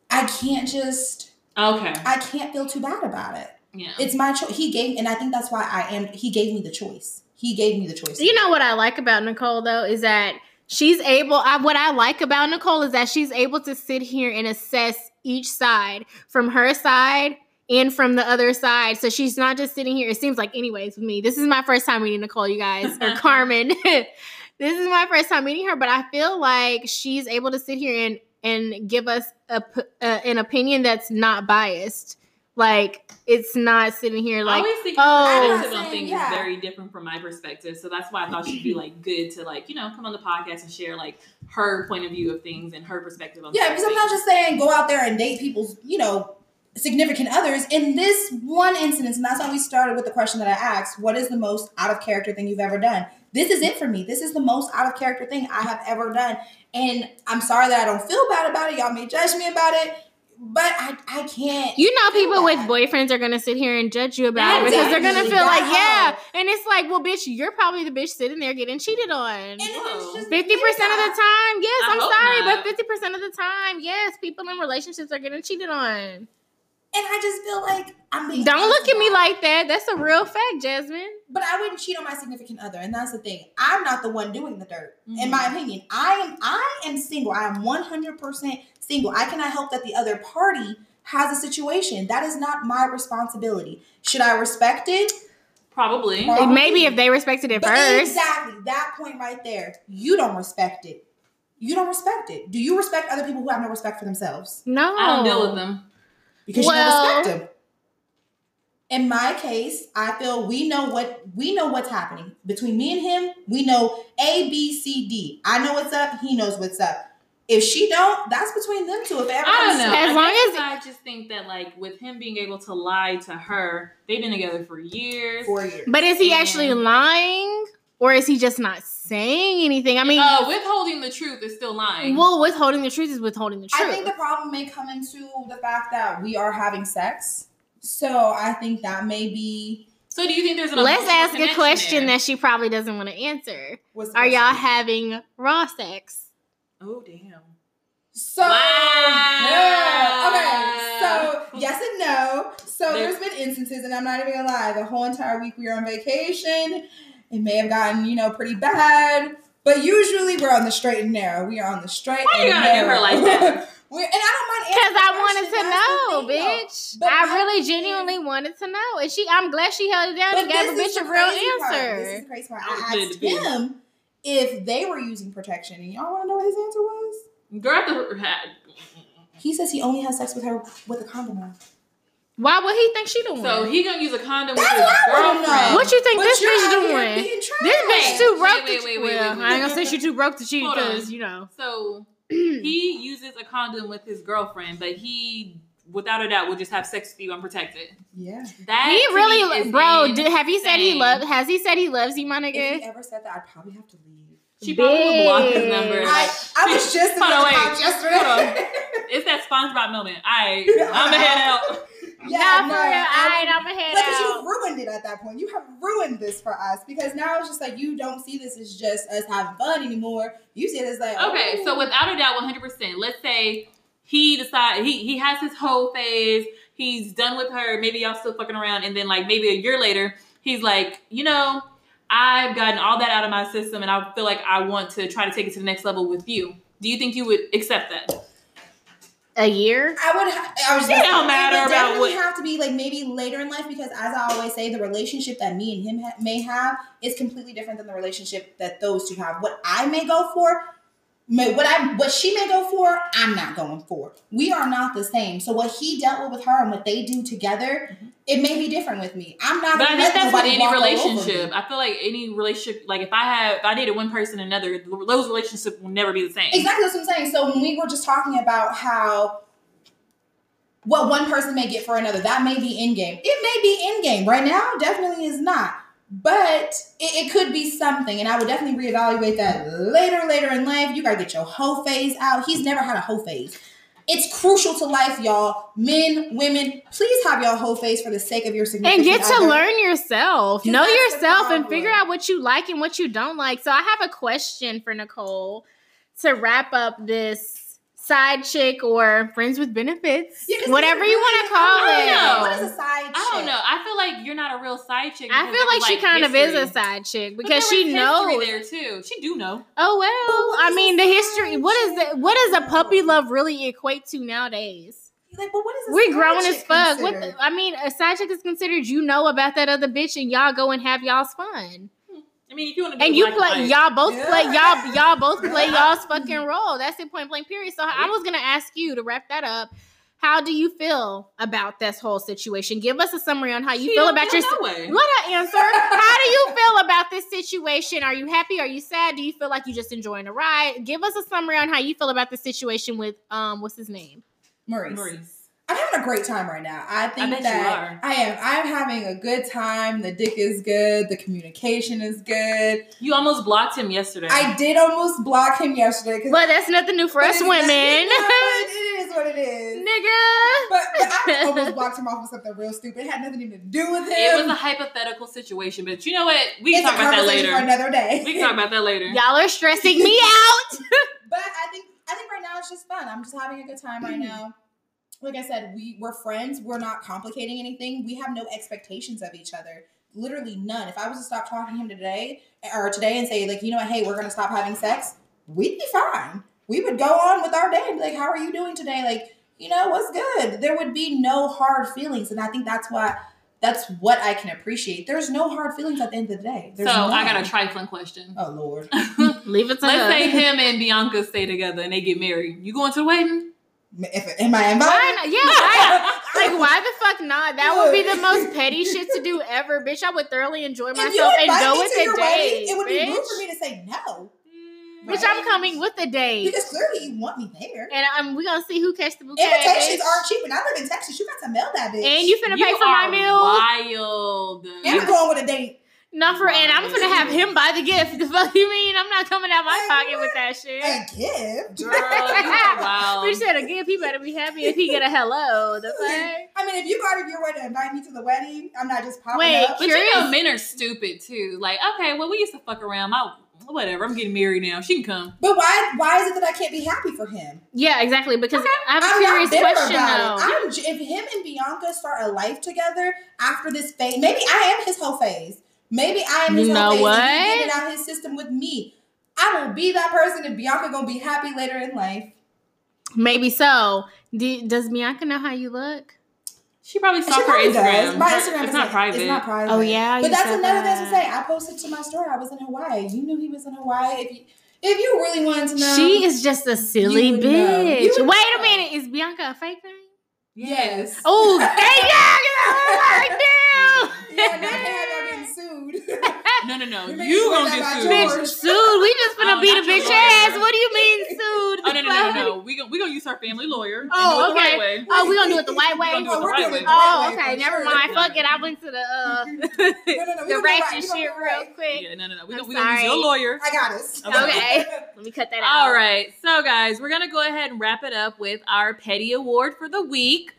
I can't just. Okay, I can't feel too bad about it. yeah. It's my choice. He gave, and I think that's why I am. He gave me the choice. He gave me the choice. You know what I like about Nicole though is that she's able. I, what I like about Nicole is that she's able to sit here and assess each side from her side and from the other side. So she's not just sitting here. It seems like, anyways, with me, this is my first time meeting Nicole, you guys, or Carmen. this is my first time meeting her, but I feel like she's able to sit here and and give us a p- uh, an opinion that's not biased. Like it's not sitting here I like always think oh. her I'm perspective not on saying, things yeah. is very different from my perspective. So that's why I thought she'd be like good to like, you know, come on the podcast and share like her point of view of things and her perspective on Yeah, certain because I'm not things. just saying go out there and date people's, you know, significant others in this one instance and that's why we started with the question that i asked what is the most out of character thing you've ever done this is it for me this is the most out of character thing i have ever done and i'm sorry that i don't feel bad about it y'all may judge me about it but i, I can't You know, feel people with that. boyfriends are gonna sit here and judge you about it because they're gonna Exactly. feel like, yeah. Yeah. And it's like, well, bitch, you're probably the bitch sitting there getting cheated on. And it's just- Fifty percent of the time, yes, I I'm hope sorry, not. but fifty percent of the time, yes, people in relationships are getting cheated on. and i just feel like i'm being Don't look at me like. like that. That's a real fact, Jasmine. But I wouldn't cheat on my significant other, and that's the thing. I'm not the one doing the dirt, Mhm. in my opinion. I am. I am single. I am 100 percent single. I cannot help that the other party has a situation. That is not my responsibility. Should I respect it? Probably. Probably. Maybe if they respected it But first. exactly that point right there. You don't respect it. You don't respect it. Do you respect other people who have no respect for themselves? No, I don't deal with them. Because Well- you don't respect them. In my case, I feel we know what we know what's happening between me and him. We know A, B, C, D. I know what's up. He knows what's up. If she don't, that's between them two. If it ever I don't comes know. to- As I long guess as- I just think that like with him being able to lie to her, they've been together for years. four years. But is he actually lying, or is he just not saying anything? I mean, uh, withholding the truth is still lying. well, withholding the truth is withholding the I truth. think the problem may come into the fact that we are having sex. So I think that may be so do you think there's an Let's emotional ask a connection question there? that she probably doesn't want to answer. what's the Are y'all question? having raw sex? Oh damn. So Wow. yeah. Okay. So yes and no. So Ah. There- there's been instances, and I'm not even gonna lie, the whole entire week we were on vacation. It may have gotten, you know, pretty bad. But usually we're on the straight and narrow. We are on the straight Why and you gotta do her narrow. like that? We're- and I don't mind Because answering I the wanted to question, that's the know, thing, though. bitch. I But that's really the thing. genuinely wanted to know. And she I'm glad she held it down and gave a this is bitch a the real crazy part. This is answer. the crazy part. Oh, I good, asked good. him if they were using protection, and y'all want to know what his answer was? Girl the had He says he only has sex with her with a condom on. Why would he think she the one? so he gonna use a condom That's with his what I wanna know. girlfriend. Oh what you think Oh. But this you're bitch out here doing? being This trash. bitch too Wait, broke wait, to wait, cheat. wait, Well, wait, I ain't gonna say she too broke to cheat Hold on. because you know. So he uses a condom with his girlfriend, but he without a doubt will just have sex with you unprotected. Yeah. That He to me really is bro, insane. did, have he said he insane. loves has he said he loves you, my If he nigga? ever said that, I'd probably have to leave. she probably would block his number. Bitch. I, I was just in the Hold on, wait. couch yesterday. It's that SpongeBob moment. I I'm gonna head out. Nah, for real. I- Alright, I'ma head Like, 'cause out. you ruined it at that point. You have ruined this for us because now it's just like you don't see this as just us having fun anymore. You see it as like Okay, so ooh. without a doubt, one hundred percent. Let's say he decide he he has his whole phase. He's done with her. Maybe y'all still fucking around, and then like maybe a year later, he's like, you know, I've gotten all that out of my system, and I feel like I want to try to take it to the next level with you. Do you think you would accept that? A year? I would. Ha- I was. It just- don't matter it would about definitely what- have to be like maybe later in life because, as I always say, the relationship that me and him ha- may have is completely different than the relationship that those two have. What I may go for, may, what I what she may go for, I'm not going for. We are not the same. So what he dealt with with her and what they do together, it may be different with me. I'm not. Mm-hmm. But I think gonna let that's with nobody any walk all over me. relationship. I feel like any relationship, like if I have, if I dated one person, and another, those relationships will never be the same. Exactly that's what I'm saying. So when we were just talking about how what one person may get for another, that may be in game. It may be in game. Right now, definitely is not. But it, it could be something, and I would definitely reevaluate that later, later in life. You gotta get your hoe phase out. He's never had a hoe phase. It's crucial to life, y'all. Men, women, please have your hoe phase for the sake of your and significant get to other. learn yourself Because know that's the yourself and problem. figure out what you like and what you don't like so i have a question for nicole to wrap up this side chick or friends with benefits Yeah, 'cause it's whatever you really- want to I don't call know. it What is a side I don't chick? know. I feel like you're not a real side chick. i because feel like she like kind of history. is a side chick But there because was history she knows there too. She do know. oh But well what i is mean a the side history what is the, what does a puppy love really equate to nowadays Like, but what is a we side grown as chick fuck. What considered? the, I mean, a side chick is considered you know about that other bitch, and y'all go and have y'all's fun. I mean, if you want to, be And you play y'all both Yeah. play y'all y'all both play Yeah. y'all's fucking role. That's it, point blank period. So I was gonna ask you to wrap that up. How do you feel about this whole situation? Give us a summary on how you feel about your. yourself. way. What an answer! How do you feel about this situation? Are you happy? Are you sad? Do you feel like you just enjoying the ride? Give us a summary on how you feel about the situation with um, what's his name? Maurice. Maurice. I'm having a great time right now. I think bet you that are. I am. I'm having a good time. The dick is good. The communication is good. You almost blocked him yesterday. I did almost block him yesterday because But that's nothing new for us women. it is what it is. Nigga. But, but I almost blocked him off with something real stupid. It had nothing even to do with him. it was a hypothetical situation, but you know what? We can it's talk a about that conversation later. for another day. We can talk about that later. Y'all are stressing me out. But I think I think right now it's just fun. I'm just having a good time right now. Like I said, we we're friends. We're not complicating anything. We have no expectations of each other. Literally none. If I was to stop talking to him today or today and say like, you know what, hey, we're gonna stop having sex, we'd be fine. We would go on with our day and be like, how are you doing today? Like, you know, what's good? There would be no hard feelings, and I think that's why. That's what I can appreciate. There's no hard feelings at the end of the day. So There's I got none. a trifling question. Uh-huh. Oh Lord, Leave it to Let's her. say him and Bianca stay together and they get married. You going to the wedding? if, am I invited? Why not? Yeah, why not? Like, why the fuck not? That would be the most petty shit to do ever, bitch. I would thoroughly enjoy If myself and invite go me with to the your day. wedding, It would bitch. be rude for me to say no Bitch, I'm coming with the day. because clearly you want me there. And I'm, we gonna see who catch the bouquet. Invitations bitch. aren't cheap, and I live in Texas. You got to mail that bitch. And you finna you pay for my are meal? Wild. and I'm going with a date. Not for, and I'm gonna have him buy the gift. The fuck you mean? I'm not coming out my Like, pocket what? with that shit. A gift. Girl, you are wild. Bitch said a gift. He better be happy if he get a hello. The fuck. I mean, if you go out of your way to invite me to the wedding, I'm not just popping Wait, up. But Curious. you know, men are stupid too. Like, okay, well, we used to fuck around. My whatever. I'm getting married now. She can come. But why? Why is it that I can't be happy for him? Yeah, exactly. Because I have a I'm curious not bitter question about though. it. I'm, j- if him and Bianca start a life together after this phase, maybe I am his whole phase. Maybe I am his You know whole phase. And what? he getting out his system with me. I will be that person if Bianca gonna be happy later in life. Maybe so. Do, does Bianca know how you look? She probably saw She her probably Instagram. does. My Her- Instagram it's is not private. It's not private. Oh, yeah, But you that's said another thing to that. say. I posted to my story. I was in Hawaii. You knew he was in Hawaii. If you, if you really wanted to know, She is just a silly You would know. You bitch. Wait would a know. minute. Is Bianca a fake name? yes. Oh, dang it! Right now. Yeah, not to have y'all getting sued. No, no, no. You You, made me gonna get swear by sued. George. Bitch, sued. We just Oh, gonna beat not a your bitch lawyer. ass. What do you mean sued? Oh no, no, no, no, no. We gonna we gonna use her family lawyer. and do Oh, it the okay. right way. Oh, we gonna do it the white gonna way. do it the we're right doing way. it the Oh, right way okay. for Never sure. mind. Fuck it. I went to the uh No, no, no. we the gonna do it right. ratchet We gonna do shit it right. real quick. Yeah, no, no, no. We I'm gonna, we gonna use sorry. your lawyer. I got us. Okay. Let me cut that out. All right, so guys, we're gonna go ahead and wrap it up with our petty award for the week.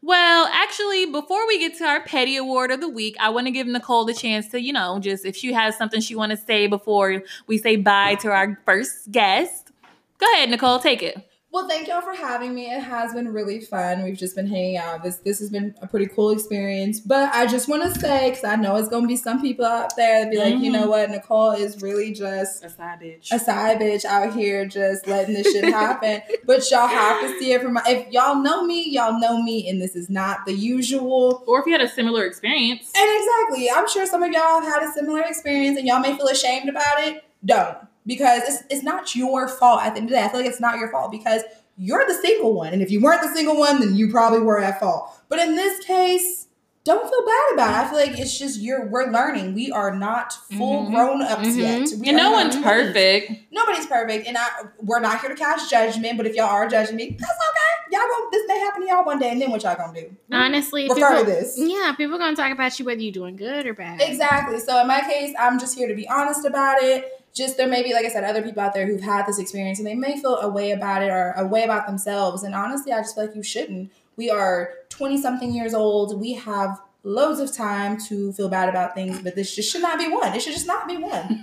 Well, actually, before we get to our petty award of the week, I want to give Nicole the chance to, you know, just if she has something she want to say before we say bye to our first guest. Go ahead, Nicole, take it. Well, thank y'all for having me. It has been really fun. We've just been hanging out. This this has been a pretty cool experience. But I just want to say, because I know it's gonna be some people out there that be like, you Mhm. know what, Nicole is really just A side bitch. a side bitch out here just letting this shit happen. but y'all have to see it from my. If y'all know me, y'all know me, and this is not the usual. Or if you had a similar experience. And exactly, I'm sure some of y'all have had a similar experience, and y'all may feel ashamed about it. Don't because it's it's not your fault at the end of the day. I feel like it's not your fault because you're the single one, and if you weren't the single one, then you probably were at fault. But in this case. Don't feel bad about it. I feel like it's just you're. We're learning. We are not full Mhm. grown ups Mhm. yet. And We are no not one's adults. perfect. Nobody's perfect, and I we're not here to cast judgment. But if y'all are judging me, that's okay. Y'all gonna this may happen to y'all one day, and then what y'all gonna do? Honestly, Refer people, to this. yeah, people gonna talk about you whether you're doing good or bad. Exactly. So in my case, I'm just here to be honest about it. Just there may be, like I said, other people out there who've had this experience, and they may feel a way about it or a way about themselves. And honestly, I just feel like you shouldn't. We are twenty something years old. We have loads of time to feel bad about things, but this just should not be one. It should just not be one.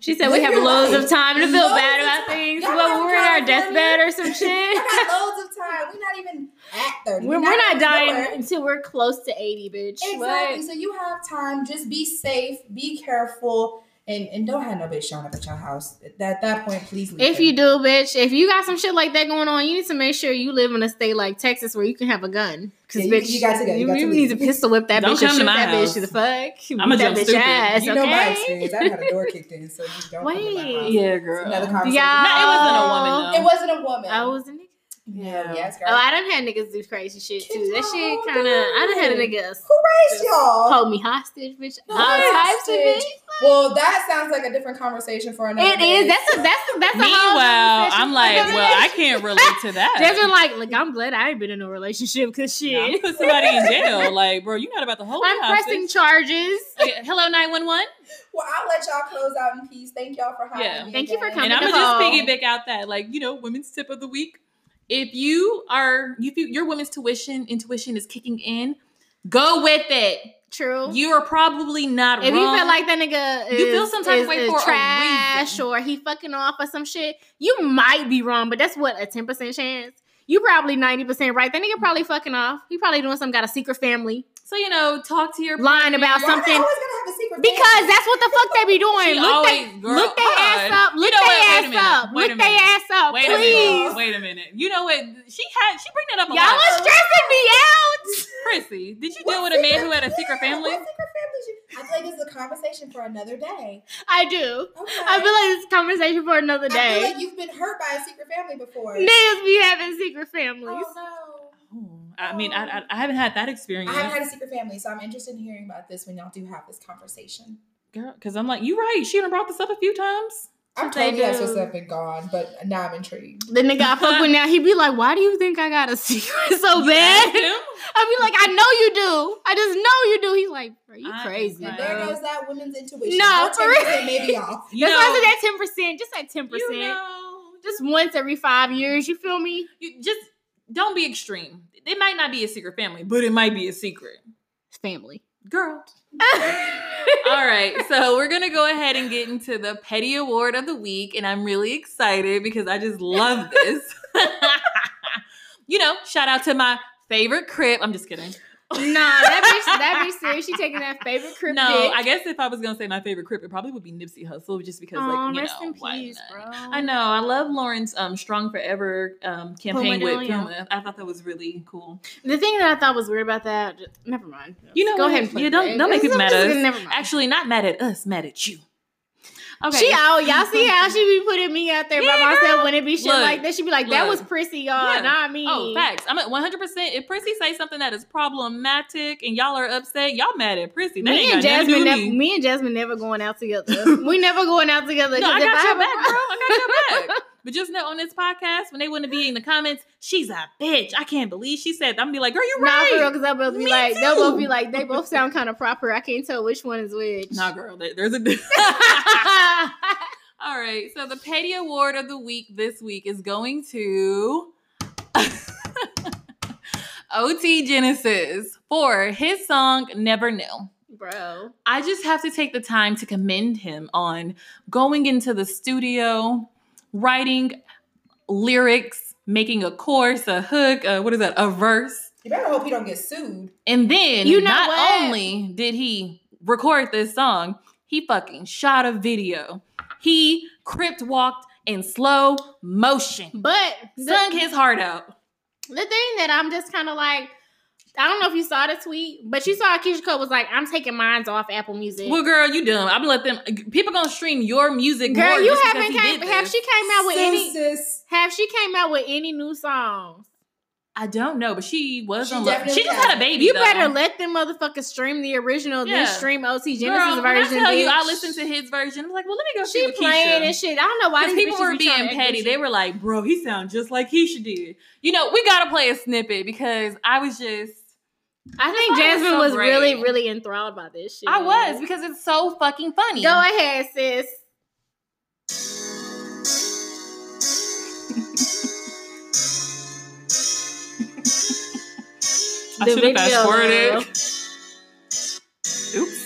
She said Live we have your loads life. of time to feel Loads bad of about time. things. Y'all What from we're in our California? deathbed or some I shit. got loads of time. We're not even at 30. We're, we're not even dying nowhere. until we're close to 80, bitch. Exactly. So you have time. Just be safe. Be careful. And, and don't have no bitch showing up at your house. At that, that point, please leave. If you do, bitch, if you got some shit like that going on, you need to make sure you live in a state like Texas where you can have a gun. Because, Yeah, you- bitch, you got to go. You got to need to leave. pistol whip that Don't bitch and come to shoot my that house. bitch to the fuck. I'ma Beat that jump bitch stupid. ass, you know my okay? experience. I had a door kicked in, so just don't. come to my Wait. house. Yeah, It's girl. Another conversation. No, it wasn't a woman, though. It wasn't a woman. I was a nigga. Yeah. Yes, girl. Oh, I done had niggas do crazy shit too. That Get shit y'all kind of. I done had a nigga Who raised y'all? hold me hostage, bitch. No, All types of hostage. bitch. Well, that sounds like a different conversation for another. It is. That's a that's a, that's a whole Meanwhile, nother session. I'm like, well, I can't relate to that. Desmond like, look, I'm glad I ain't been in a relationship because Yeah, I'm shit, gonna put somebody in jail. Like, bro, you're not about to hold me I'm hostage. pressing charges. Okay, Hello, 911. Well, I'll let y'all close out in peace. Thank y'all for having Yeah. me. Thank you for again. coming. and I'm to gonna just home. piggyback out that, like, you know, women's tip of the week. If you are, if you, your women's tuition intuition is kicking in, go with it. True. You are probably not if wrong. you feel like that nigga is, You feel some type of is- way is for a trash reason. or he fucking off or some shit, you might be wrong, but that's what a ten percent chance. You probably ninety percent right. That nigga probably fucking off. He probably doing some got a secret family so, you know, talk to your lying about Why Why am I something always gonna have a secret because family? that's what the fuck they be doing. She look always- they, girl, look they hold on. ass up. You Look know what? Wait they a ass minute. up. Wait a Look they minute. ass up. Wait a Please. minute. Wait a minute. You know what? She had she bring that up a Y'all lot. are stressing me out. Chrissy, did you What deal with a man secret- who had a secret Yeah, family? What secret family? is you- I feel like this is a conversation for another day. I do. Okay. I feel like it's a conversation for another I feel day. like you've been hurt by a secret family before. Niggas be having secret families. Oh, Oh, I mean, I, I, I haven't had that no. experience, I haven't had a secret family, so I'm interested in hearing about this when y'all do have this conversation. girl. Because I'm like, you're right. She done brought this up a few times. I'm They totally not do. supposed to have been gone, but now I'm intrigued. The nigga I fuck with now, he be like, "Why do you think I got a secret so Ask bad?" him. I be like, "I know you do. I just know you do." He's like, "Bro, you I- crazy." Right. bro." And there goes that women's intuition. No, Her for real. 10% may be off. You That's why I said know, that ten percent. Just that ten you percent. know, Just once every five years. You feel me? you just don't be extreme. It might not be a secret family, but it might be a secret, It's family. girl. All right, so we're gonna go ahead and get into the petty award of the week, and I'm really excited because I just love this. you know, shout out to my favorite crib. I'm just kidding. nah, that bitch. That bitch serious. She taking that favorite crib. no, dick. I guess if I was gonna say my favorite crib, it probably would be Nipsey Hussle, just because, Aw, like, you rest know, in why peace, not? bro. I know. I love Lauren's um, Strong Forever um, campaign Puma with Dahlia. Puma. I thought that was really cool. The thing that I thought was weird about that. Never mind. You know go what? ahead and play Yeah, don't- it. don't make people mad at us. Never mind. Actually, not mad at us, mad at you. Okay. She out. Y'all see how she be putting me out there by Yeah, myself girl. when it be shit Look, like that. She be like, that look. was prissy, y'all. Yeah. Not me. Oh, facts. I'm at 100. percent If Prissy say something that is problematic and y'all are upset, y'all mad at Prissy. That Me ain't and got nothing Jasmine, to do with never, me. me and Jasmine never going out together. we never going out together. No, 'cause I if got your have a back, problem- girl. I got your back. But just know on this podcast, when they want to be in the comments, she's a bitch. I can't believe she said. that." I'm gonna be like, girl, you're Nah, for real, right. because they'll both be Me like, they'll both too. be like, they both sound kind of proper. I can't tell which one is which. Nah, girl, there- there's a. All right, so the petty award of the week this week is going to OT Genesis for his song Never Knew. bro. I just have to take the time to commend him on going into the studio, writing lyrics, making a chorus, a hook, uh, what is that, a verse. You better hope you don't get sued. And then, You know not what? only did he record this song, he fucking shot a video. He crypt walked in slow motion, But sung the, his heart out. the thing that I'm just kind of like, I don't know if you saw the tweet, but you saw Keisha Cole was like, I'm taking mines off Apple Music. Well, girl, you dumb. I'm gonna let them. People gonna stream your music. more Girl, you just because haven't he came. did Have this. she came out with So, any? sis, Have she came out with any new songs? I don't know, but she was She on. Love. She definitely just has. had a baby. You though. better let them motherfuckers stream the original, Yeah. then stream OT Genesis Girl, when version. I tell you, I bitch. listened to his version. I was like, well, let me go. see She what playing Keisha. and shit. I don't know why Because these people bitches were be being trying to act petty. with They you. were like, bro, he sounds just like Keisha did. You know, we got to play a snippet because I was just, I That think was Jasmine so was great. really, really enthralled by this shit. I was because it's so fucking funny. Go ahead, sis. I The should have fast video, forwarded. girl. Oops.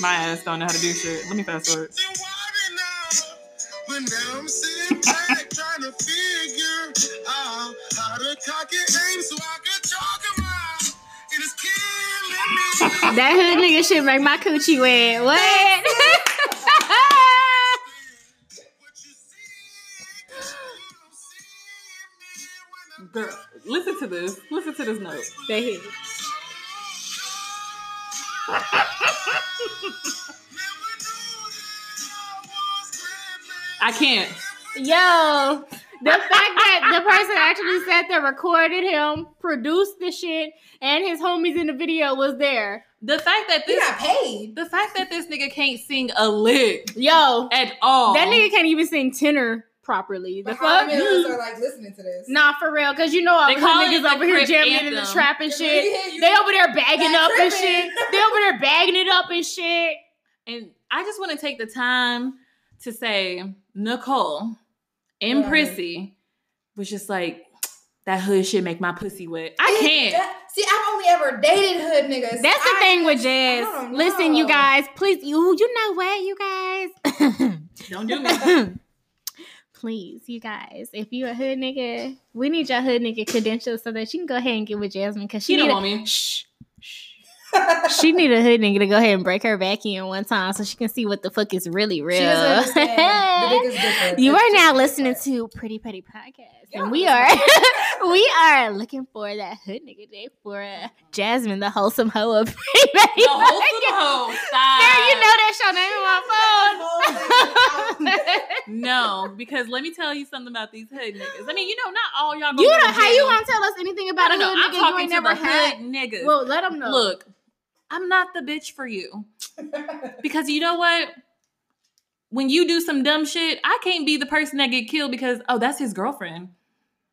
My ass don't know how to do shit. Let me fast forward. been wildin' out, but now I'm sitting back trying to figure out how to cock and aim so I can talk 'em out. It is killing me. That hood nigga shit make my coochie wet. What? What you see, you don't see me when I'm Girl, listen to this. Listen to this note. That hood. so numb. Never knew that I was crippling. I can't. Yo, the fact that the person actually sat there, recorded him, produced the shit, and his homies in the video was there. The fact that He this got paid. the fact that this nigga can't sing a lick Yo, at all. that nigga can't even sing tenor properly. The But fuck? how Mm. many of us are like listening to this? Nah, for real, cause you know all They the call it niggas the over here Crip jamming in the anthem. trap and If shit. we hit you- They over there bagging That up and Crip shit. anthem. They over there bagging it up and shit. And I just want to take the time to say Nicole and Right. Prissy was just like that hood shit make my pussy wet. I It- can't. that- see, I've only ever dated hood niggas. That's the I- thing with I jazz. don't Listen, you know. guys, please. You, you know what, you guys. Don't do me. Please, you guys, if you a hood nigga, we need your hood nigga credentials so that you can go ahead and get with Jasmine because she She don't need want a, me. shh, shh. she need a hood nigga to go ahead and break her back in one time so she can see what the fuck is really real. She doesn't understand. the dick is different. you It's are just now listening to different. Pretty Petty Podcast, Yeah, and we are that's we are looking for that hood nigga day for uh, Jasmine, the wholesome hoe of Pretty Petty. The Podcast. wholesome hoe. Girl, you know Stop. that's your name on my phone. No, because let me tell you something about these hood niggas. I mean, you know, not all y'all. gonna You go don't. to How you jail. gonna tell us anything I about a don't hood know. I'm nigga you talking ain't to never the had? hood niggas. Well, let them know. Look, I'm not the bitch for you because you know what? When you do some dumb shit, I can't be the person that get killed because oh, that's his girlfriend.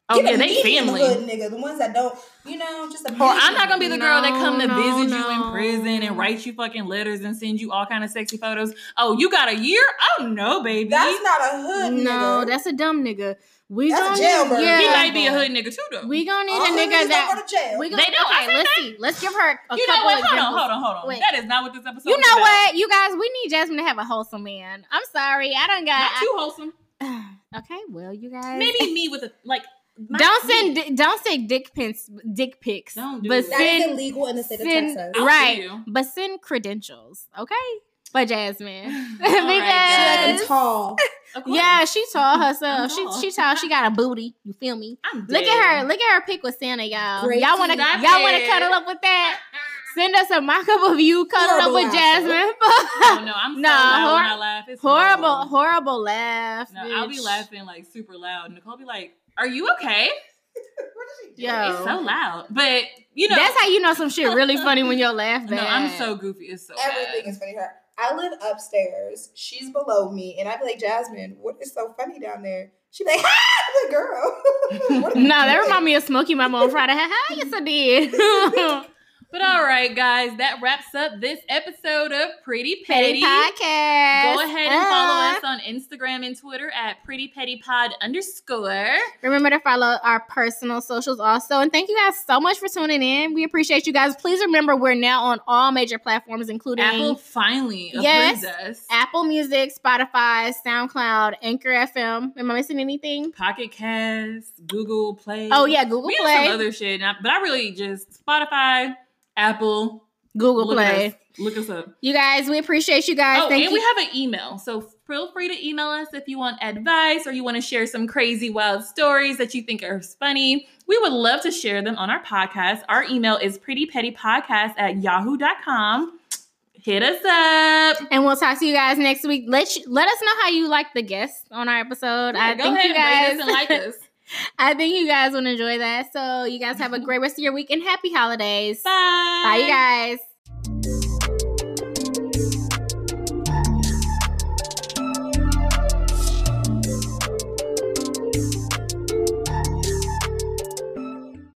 Oh Get yeah, a they medium family. Hood nigga, the ones that don't, you know, Oh, just a. Or I'm not gonna be the girl that come to No, visit no, you in no. prison and write you fucking letters and send you all kind of sexy photos. Oh, you got a year? Oh no, baby. That's not a hood. No, nigga. that's a dumb nigga. We That's a gonna jailbird. Yeah, he might be a hood nigga too though. We gonna need All a hood nigga niggas that don't go to jail. we gonna They don't- I said okay. Let's see. Let's give her a you know couple what? Hold on, examples. hold on, hold on. Wait. That is not what this episode. You is know about. what, you guys? We need Jasmine to have a wholesome man. I'm sorry, I don't got. Not too wholesome. I- okay, well, you guys. Maybe me with a like. my- don't me. send di- don't send dick pics. Dick pics. Don't do but it. That send is illegal in the state of send- Texas. I'll right. sue you. but send credentials, okay? For Jasmine, All because right, She like guys. them tall. Of course. Yeah, she tall herself. I'm She tall. she tall. She got a booty. You feel me? I'm Look at her. Look at her pic with Santa, y'all. Great y'all want to teeth. y'all want to Stop it. cuddle up with that? Send us a mock up of you cuddled up with Horrible Jasmine. Oh no, I'm so Nah, loud hor- when I laugh. It's horrible, horrible laugh. No, I'll be bitch. laughing like super loud. Nicole be like, "Are you okay? Yo, It's so loud." But you know, that's how you know some shit really funny when your laugh no, bad. I'm so goofy. It's so Everything bad. is funny to her. I live upstairs. She's below me, and I'd be like, Jasmine, what is so funny down there? She'd be like, Ha, the girl. What are you No, that doing? remind me of Smokey Mama on Friday. How you so did? But all right, guys, that wraps up this episode of Pretty Petty Petty. podcast. Go ahead and Ah. follow us on Instagram and Twitter at Pretty Petty Pod underscore. Remember to follow our personal socials also. And thank you guys so much for tuning in. We appreciate you guys. Please remember we're now on all major platforms, including Apple Apple, finally Yes. approves us. Music, Spotify, SoundCloud, Anchor FM. Am I missing anything? Pocket Cast, Google Play. Oh, yeah, Google we have some Play. other shit, and I- but I really just Spotify, Apple, Google look at Play. us- look us up. You guys, we appreciate you guys. Oh, thank and you. we have an email. So feel free to email us if you want advice or you want to share some crazy, wild stories that you think are funny. We would love to share them on our podcast. Our email is prettypettypodcast at yahoo.com. Hit us up. and we'll talk to you guys next week. Let you, let us know how you like the guests on our episode. I Go think ahead and you guys rate us and like us. I think you guys will enjoy that. So you guys have a great rest of your week and happy holidays. Bye. Bye you guys.